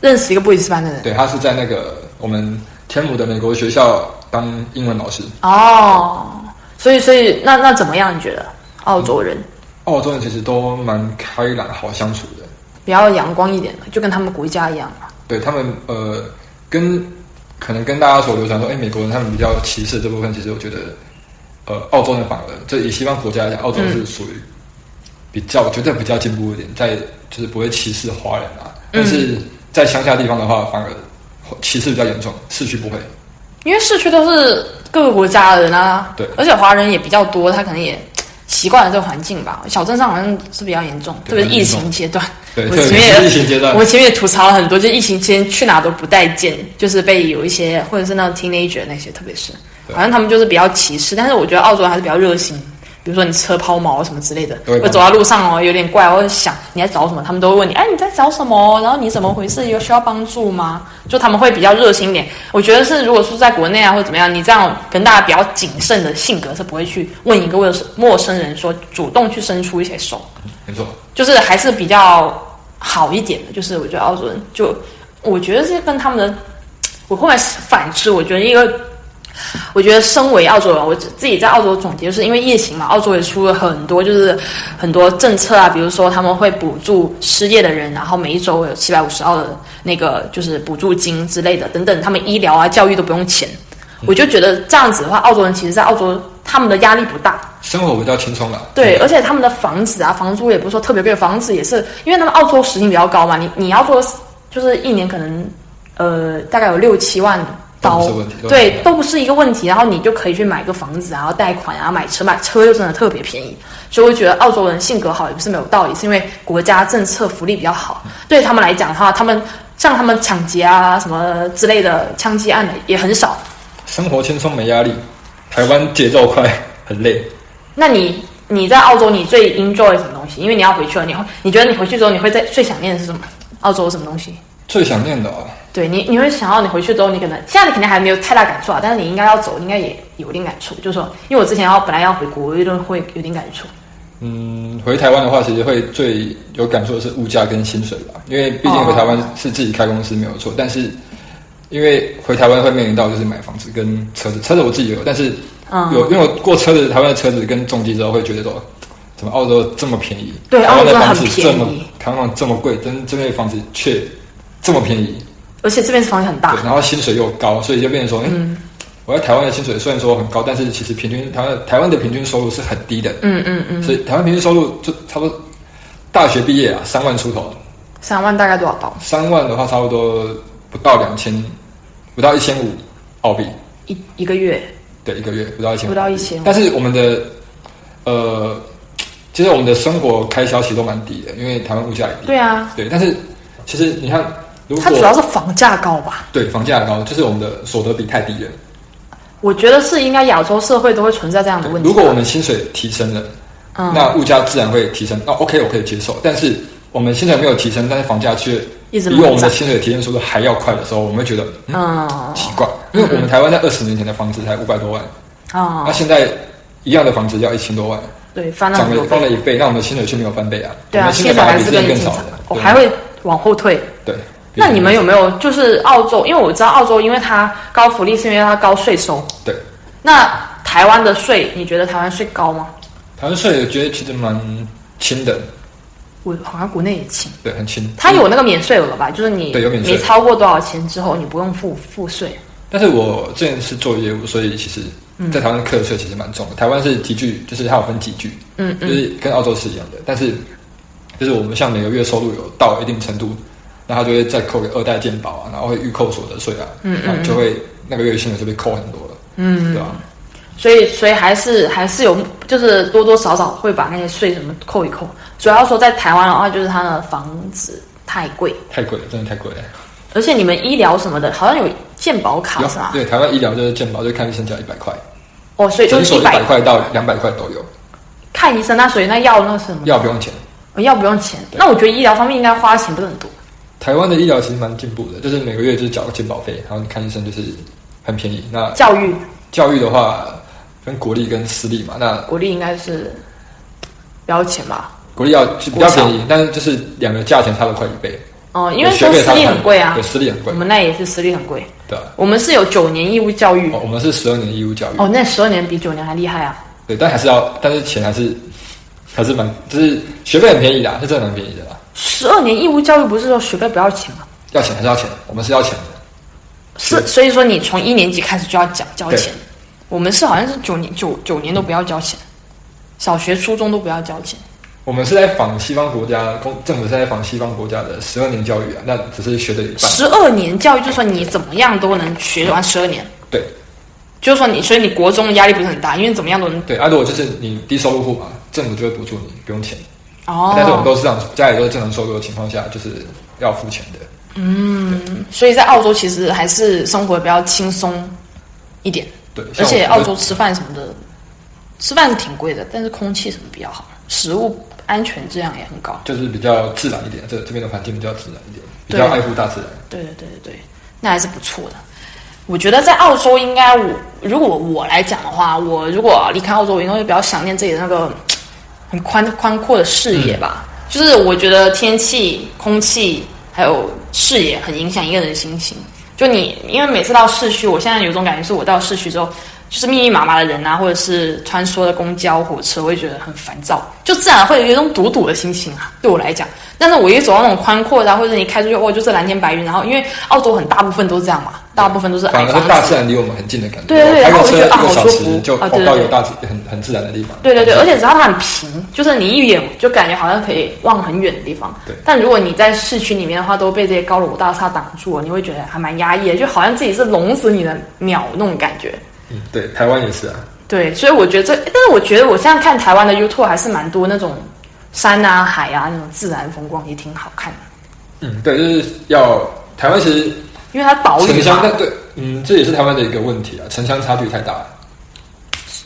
S2: 认识一个布里斯班的人。
S3: 对他是在那个我们天母的美国学校当英文老师。
S2: 哦，所以所以那那怎么样？你觉得澳洲人
S3: 澳洲人其实都蛮开朗、好相处的，
S2: 比较阳光一点的，就跟他们国家一样嘛？
S3: 对他们呃，跟可能跟大家所流传说，哎，美国人他们比较歧视这部分，其实我觉得，呃，澳洲人反而这以西方国家来讲，澳洲是属于比较、觉得比较进步一点，在就是不会歧视华人啊，但是在乡下地方的话，反而歧视比较严重，市区不会。
S2: 因为市区都是各个国家的人啊，
S3: 对
S2: 而且华人也比较多，他可能也习惯了这个环境吧。小镇上好像是比较严重，特
S3: 对
S2: 别是疫
S3: 蛮
S2: 情
S3: 严
S2: 阶段。
S3: 对，
S2: 我
S3: 特
S2: 前
S3: 别
S2: 面
S3: 是
S2: 也
S3: 疫情阶段
S2: 我，前面也吐槽了很多，就疫情期间去哪都不待见，就是被有一些或者是那种 teenager 那些，特别是，
S3: 对
S2: 反正他们就是比较歧视。但是我觉得澳洲人还是比较热心，比如说你车抛锚什么之类的，
S3: 对
S2: 我走在路上哦，有点怪，我就想你在找什么，他们都会问你，哎，你在找什么？然后你怎么回事？有需要帮助吗？就他们会比较热心一点。我觉得是，如果说在国内啊或者怎么样，你这样跟大家比较谨慎的性格是不会去问一个陌生陌生人说主动去伸出一些手。
S3: 没错，
S2: 就是还是比较好一点的。就是我觉得澳洲人就，我觉得是跟他们的，我后来反思，我觉得一个，我觉得身为澳洲人，我自己在澳洲总结，就是因为疫情嘛，澳洲也出了很多就是很多政策啊，比如说他们会补助失业的人，然后每一周有七百五十澳的那个就是补助金之类的，等等，他们医疗啊、教育都不用钱。我就觉得这样子的话，澳洲人其实，在澳洲他们的压力不大，
S3: 生活比较轻松了。
S2: 对，而且他们的房子啊，房租也不是说特别贵，房子也是因为他们澳洲时薪比较高嘛，你你要做就是一年可能呃大概有六七万刀
S3: 都不是问题，
S2: 对，
S3: 都
S2: 都不是一个问题，然后你就可以去买个房子啊，然后贷款啊，买车，买车又真的特别便宜，所以我觉得澳洲人性格好也不是没有道理，是因为国家政策福利比较好，对他们来讲的话，他们像他们抢劫啊什么之类的枪击案也很少，
S3: 生活轻松没压力，台湾节奏快很累，
S2: 那你你在澳洲你最 enjoy 什么东西？因为你要回去了，你会你觉得你回去之后你会在最想念的是什么？澳洲有什么东西？
S3: 最想念的、哦，
S2: 对你，你会想到你回去之后，你可能现在你肯定还没有太大感触啊，但是你应该要走，应该也有点感触。就是说，因为我之前要本来要回国，我一定会有点感触。
S3: 嗯，回台湾的话，其实会最有感触的是物价跟薪水吧，因为毕竟回台湾是自己开公司没有
S2: 哦
S3: 错，但是因为回台湾会面临到就是买房子跟车子，车子我自己有，但是
S2: 嗯
S3: 有因为我过车子台湾的车子跟重机之后，会觉得说怎么澳洲这么便宜，
S2: 对
S3: 台湾的
S2: 澳洲
S3: 房
S2: 很
S3: 子
S2: 便
S3: 这么
S2: 宜
S3: 台湾这么贵，但这边的房子却这么便宜，
S2: 而且这边房子很大
S3: 对，，然后薪水又高，所以就变成说，嗯，我在台湾的薪水虽然说很高，但是其实平均台湾台湾的平均收入是很低的，
S2: 嗯嗯嗯，
S3: 所以台湾平均收入就差不多大学毕业啊，三万出头，
S2: 三万大概多少刀？
S3: 三万的话差不多不到两千，不到一千五澳币，
S2: 一一个月
S3: 对，一个月不到一千，
S2: 不到一千
S3: 但是我们的呃，其实我们的生活开销其实都蛮低的，因为台湾物价也低，
S2: 对啊，
S3: 对，但是其实你看，如果
S2: 它主要是房价高吧？
S3: 对房价高，就是我们的所得比太低了。
S2: 我觉得是应该亚洲社会都会存在这样的啊问题。
S3: 如果我们薪水提升了，
S2: 嗯
S3: 那物价自然会提升。那哦 OK，我可以接受。但是我们薪水没有提升，但是房价却
S2: 一直
S3: 比
S2: 猛
S3: 我们的
S2: 涨
S3: 薪水提升速度还要快的时候，我们会觉得嗯
S2: 嗯
S3: 奇怪，因为我们台湾在二十年前的房子才五百多万，
S2: 啊、
S3: 那现在一样的房子要一千多万，
S2: 对，翻了
S3: 涨
S2: 很
S3: 了
S2: 多
S3: 翻了
S2: 倍，
S3: 一倍，那我们的薪水却没有翻倍啊。
S2: 对啊，
S3: 我们薪
S2: 薪
S3: 水
S2: 水
S3: 反而
S2: 还
S3: 比
S2: 是
S3: 之
S2: 跟
S3: 前
S2: 以
S3: 更
S2: 前
S3: 少
S2: 差
S3: 了，
S2: 我
S3: 对
S2: 哦还会往后退。
S3: 对。
S2: 那你们有没有就是澳洲？因为我知道澳洲，因为它高福利是因为它高税收。
S3: 对
S2: 那台湾的税，你觉得台湾税高吗？
S3: 台湾税？我觉得其实蛮轻的，
S2: 我好像国内也轻，
S3: 对，很轻。
S2: 它有那个免税额吧？就是你
S3: 对有免税
S2: 没超过多少钱之后，你不用付付税。
S3: 但是我之前是做业务，所以其实，在台湾的课税其实蛮重的。台湾是集聚，就是它有分集聚，
S2: 嗯
S3: 就是跟澳洲是一样的。但是，就是我们像每个月收入有到一定程度，那他就会再扣个二代健保啊，然后会预扣所得税啊，嗯嗯，就会那个月薪水就被扣很多了，嗯，对吧、
S2: 所以，所以还是还是有，就是多多少少会把那些税什么扣一扣。主要说在台湾的话，就是它的房子太贵，
S3: 太贵了，真的太贵了。
S2: 而且你们医疗什么的，好像有健保卡是吧？
S3: 对，台湾医疗就是健保，就看医生只要一百块，
S2: 哦，所以就
S3: 诊
S2: 是
S3: 所
S2: 一
S3: 一
S2: 百
S3: 百块到两百块都有，
S2: 看医生，那所以那药那什么
S3: 药不用钱。
S2: 哦药不用钱。那我觉得医疗方面应该花的钱不是很多。
S3: 台湾的医疗其实蛮进步的，就是每个月就是缴个健保费，然后你看医生就是很便宜。那
S2: 教育
S3: 教育的话，分国立跟私立嘛。那
S2: 国力应该是不要钱吧？
S3: 国立要比较便宜，但是就是两个价钱差了快一倍。
S2: 哦、因为
S3: 学
S2: 说
S3: 费
S2: 私
S3: 差了
S2: 立很贵啊
S3: 对，，私立很贵
S2: 我。们那也是私立很贵。
S3: 对啊，
S2: 我们是有九年义务教育
S3: 哦，，我们是十二年义务教育，
S2: 哦，那十二年比九年还厉害啊！
S3: 对，但还是要，但是钱还是还是蛮，就是学费很便宜的啊，是真的蛮便宜的啦。
S2: 十二年义务教育不是说学费不要钱吗？
S3: 要钱还是要钱，我们是要钱的。
S2: 是，所以说你从一年级开始就要缴交
S3: 对
S2: 钱。我们是好像是九年九九年都不要交钱，小学、初中都不要交钱。
S3: 我们是在仿西方国家，公政府是在仿西方国家的十二年教育啊，那只是学的一半。
S2: 十二年教育就是说你怎么样都能学完十二年，
S3: 对
S2: 就是说你，所以你国中的压力不是很大，因为怎么样都能。
S3: 对，啊，如果就是你低收入户嘛，政府就会补助你，不用钱。
S2: 哦，
S3: 但是我们都是这样，家里都是正常收入的情况下，就是要付钱的。
S2: 所以在澳洲其实还是生活比较轻松一点，
S3: 对，
S2: 而
S3: 像我
S2: 且
S3: 们
S2: 澳洲吃饭什么的，吃饭是挺贵的，但是空气什么比较好，食物安全质量也很高。
S3: 就是比较自然一点，这这边的环境比较自然一点，比
S2: 对
S3: 较爱护大自然。
S2: 对对对对对，那还是不错的。我觉得在澳洲应该我，如果我来讲的话，我如果离开澳洲，我应该会比较想念这里的那个很宽宽阔的视野吧。
S3: 嗯
S2: 就是我觉得天气、空气还有视野很影响一个人的心情。就你，因为每次到市区，我现在有种感觉，是我到市区之后，就是密密麻麻的人啊，或者是穿梭的公交、火车，我会觉得很烦躁，就自然会有一种堵堵的心情啊。对我来讲，但是我一走到那种宽阔的、啊，或者你开出去，哦，就是蓝天白云，然后因为澳洲很大部分都是这样嘛，大部分都是
S3: 反
S2: 矮
S3: 而
S2: 房
S3: 是
S2: 子
S3: 大自然离我们很近的感觉，
S2: 对对对
S3: 我开
S2: 然后
S3: 个
S2: 我就觉得啊好
S3: 车一个小
S2: 舒服
S3: 时就
S2: 啊
S3: 跑
S2: 对对
S3: 到有
S2: 对
S3: 大自很很自然的地方。嗯
S2: 对对对，而且只要它很平，就是你一眼就感觉好像可以望很远的地方。
S3: 对
S2: 但如果你在市区里面的话，都被这些高楼大厦挡住了，你会觉得还蛮压抑的，就好像自己是笼子里的鸟那种感觉。
S3: 嗯对，台湾也是啊，
S2: 对，所以我觉得这，但是我觉得我现在看台湾的 YouTube 还是蛮多那种山啊、海啊那种自然风光，也挺好看的，
S3: 嗯，对，就是要台湾其实
S2: 因为它岛
S3: 城
S2: 屿
S3: 乡
S2: 嘛
S3: 但。对，嗯，这也是台湾的一个问题啊，城乡差距太大了。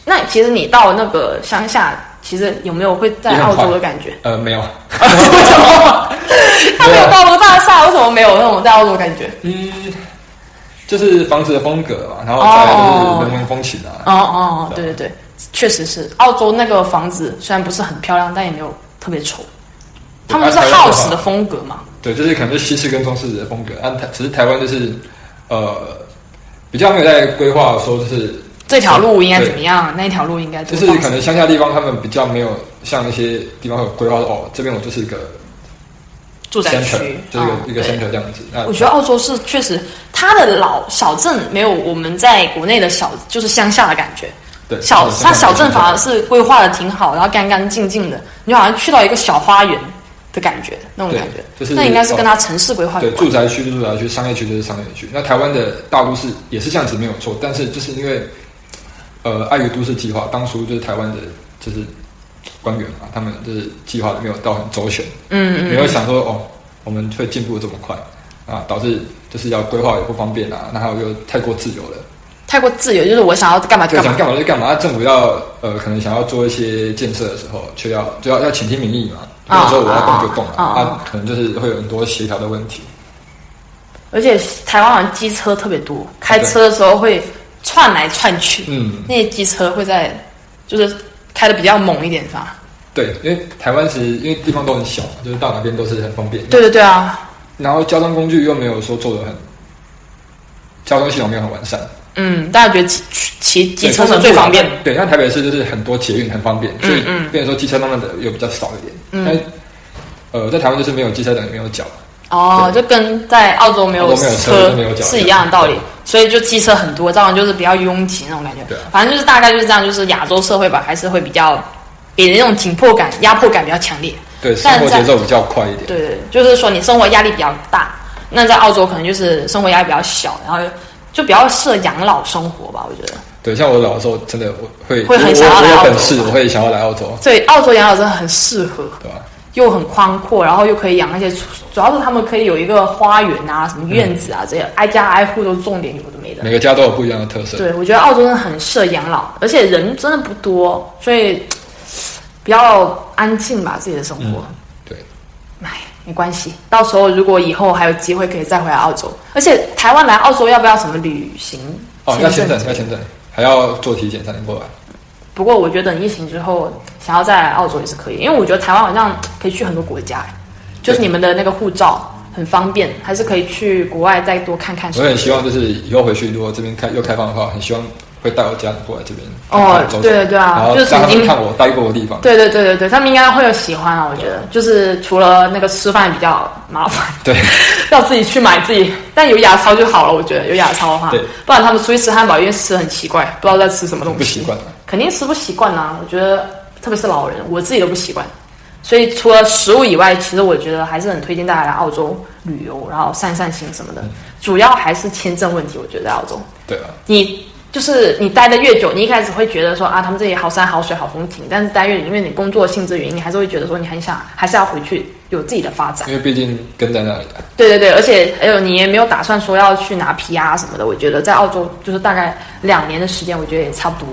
S2: 那其实你到那个乡下，其实有没有会在
S3: 也很
S2: 澳洲
S3: 快
S2: 的感 觉？
S3: 呃，没有，
S2: 为什么？ 他没有高楼大厦，为什么没有那种在澳洲的感觉？
S3: 嗯，就是房子的风格吧，然后再来就是人文风情啊，
S2: 哦哦，哦，对对对，确实是。澳洲那个房子虽然不是很漂亮，但也没有特别丑。他们都是
S3: 按台湾的话
S2: house 的风格嘛，
S3: 对，就是可能就是西式跟中式的风格，啊，台只是台湾就是呃比较没有在规划说就是
S2: 这条路应该
S3: 对
S2: 怎么样，那一条路应该怎
S3: 就
S2: 么
S3: 是
S2: 放
S3: 可能乡下地方他们比较没有像一些地方有规划说哦，这边我就是一个
S2: 住宅
S3: center，
S2: 区，
S3: 就是
S2: 嗯
S3: 一个、一个
S2: 对
S3: center 这样子。那
S2: 我觉得澳洲是确实，它的老小镇没有我们在国内的小，就是乡下的感觉。
S3: 对
S2: 小
S3: 就是
S2: 它
S3: 乡下
S2: 小
S3: 地
S2: 镇
S3: 方
S2: 反而是规划的挺好，然后干干净净的，你就好像去到一个小花园的感觉，那种
S3: 对
S2: 感觉。
S3: 就是哦
S2: 那应该是跟它城市规划有
S3: 对，
S2: 关
S3: 住。宅区就住宅区，商业区就是商业区。那台湾的大都市也是这样子没有错，但是就是因为呃，碍于都市计划，当初就是台湾的就是官员嘛，他们就是计划的没有到很周全，嗯嗯，没有想说哦，我们会进步得这么快啊，导致就是要规划也不方便啊，那还有又太过自由了。
S2: 太过自由，就是我想要干嘛就
S3: 对，
S2: 干
S3: 想
S2: 嘛。
S3: 干嘛就干嘛。那政府要呃，可能想要做一些建设的时候，却要就要要倾听民意嘛。有
S2: 啊
S3: 时候我要动就动嘛，
S2: 啊啊啊
S3: 啊，可能就是会有很多协调的问题。
S2: 而且台湾好像机车特别多，开车的时候会窜来窜去，
S3: 嗯，
S2: 那些机车会在就是开的比较猛一点，是吧？
S3: 对，因为台湾其实因为地方都很小嘛，就是到哪边都是很方便。
S2: 对对对啊，
S3: 然后交通工具又没有说做的很，交通系统没有很完善。
S2: 嗯，大家觉得骑骑
S3: 对
S2: 机车是最方便的。。嗯
S3: 对，像台北市就是很多捷运很方便，所以变成说机车慢慢的又比较少一点。嗯。但呃，在台湾就是没有机车等于没有脚。
S2: 哦，就跟在澳洲没
S3: 澳
S2: 有
S3: 洲没有车就没有脚
S2: 是一样的道理，所以就机车很多，这样就是比较拥挤那种感觉。
S3: 对啊
S2: 反正就是大概就是这样，就是亚洲社会吧，还是会比较给人那种紧迫感、压迫感比较强烈。
S3: 对，生
S2: 但
S3: 活
S2: 在
S3: 节奏比较快一点。
S2: 对对，就是说你生活压力比较大。那在澳洲可能就是生活压力比较小，然后就比较适合养老生活吧，我觉得。
S3: 对，像我老的时候，真的我会
S2: 会很
S3: 我
S2: 想要来
S3: 我
S2: 澳洲
S3: 有本事，我会想要来澳洲，
S2: 所以澳洲养老真的很适合，
S3: 对吧？
S2: 又很宽阔，然后又可以养那些，主要是他们可以有一个花园啊、什么院子啊、这些，挨家挨户都种点有的没的。
S3: 每个家都有不一样的特色。
S2: 对，我觉得澳洲真的很适合养老，而且人真的不多，所以比较安静吧自己的生活。
S3: 嗯对，
S2: 哎，没关系，到时候如果以后还有机会，可以再回来澳洲。而且台湾来澳洲要不要什么旅行
S3: 哦，要签证，
S2: 之类
S3: 要
S2: 的
S3: 签证，还要做体检才能过来。
S2: 不过我觉得等疫情之后，想要再来澳洲也是可以，因为我觉得台湾好像可以去很多国家，哎就是
S3: 对
S2: 你们的那个护照很方便，还是可以去国外再多看看什
S3: 我
S2: 么的。
S3: 很希望就是以后回去，如果这边开又开放的话，很希望会带我家人过来这边看
S2: 哦
S3: 看走走。
S2: 对对对啊
S3: 然后
S2: 就是
S3: 让他
S2: 已经
S3: 们看我待过的地方。
S2: 对对对对对，他们应该会有喜欢啊，我觉得就是除了那个吃饭比较麻烦，
S3: 对，
S2: 要自己去买自己，但有牙超就好了，我觉得有牙超的话
S3: 对，
S2: 不然他们出去吃汉堡，因为吃很奇怪，不知道在吃什么东西，
S3: 不习惯，
S2: 肯定吃不习惯啦、啊我觉得特别是老人，我自己都不习惯，所以除了食物以外，其实我觉得还是很推荐大家来澳洲旅游，然后散散心什么的，
S3: 嗯
S2: 主要还是签证问题，我觉得在澳洲。
S3: 对啊，
S2: 你就是你待的越久，你一开始会觉得说啊，他们这里好山好水好风景，但是待越久，因为你工作性质原因，你还是会觉得说你很想还是要回去有自己的发展
S3: 因。为毕竟跟在那里啊。
S2: 对对对，而且还有你也没有打算说要去拿 PR 什么的，我觉得在澳洲就是大概两年的时间，我觉得也差不多。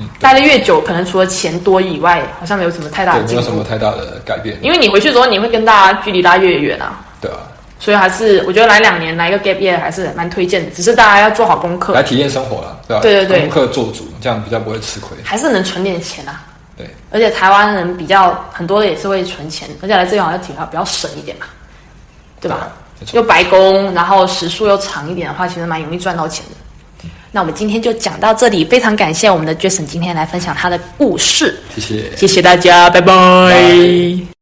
S3: 嗯
S2: 待的越久，可能除了钱多以外，好像没有什么太大的嗯
S3: 对，没
S2: 进
S3: 有什
S2: 步
S3: 么。太大的改变。
S2: 因为你回去之后，你会跟大家距离拉越远啊，
S3: 对啊，
S2: 所以还是我觉得来两年来一个 gap year 还是蛮推荐的，只是大家要做好功课
S3: 来，体验生活啦，对吧？
S2: 对对对
S3: 功课做足，这样比较不会吃亏。
S2: 还是能存点钱啊。
S3: 对，
S2: 而且台湾人比较很多的也是会存钱，而且来这边好像挺好，比较省一点嘛，对啊吧？
S3: 啊没错
S2: 又白工，然后时数又长一点的话，其实蛮容易赚到钱的。那我们今天就讲到这里，非常感谢我们的 Jason 今天来分享他的故事，
S3: 谢谢。
S2: 谢谢大家，拜拜
S3: 拜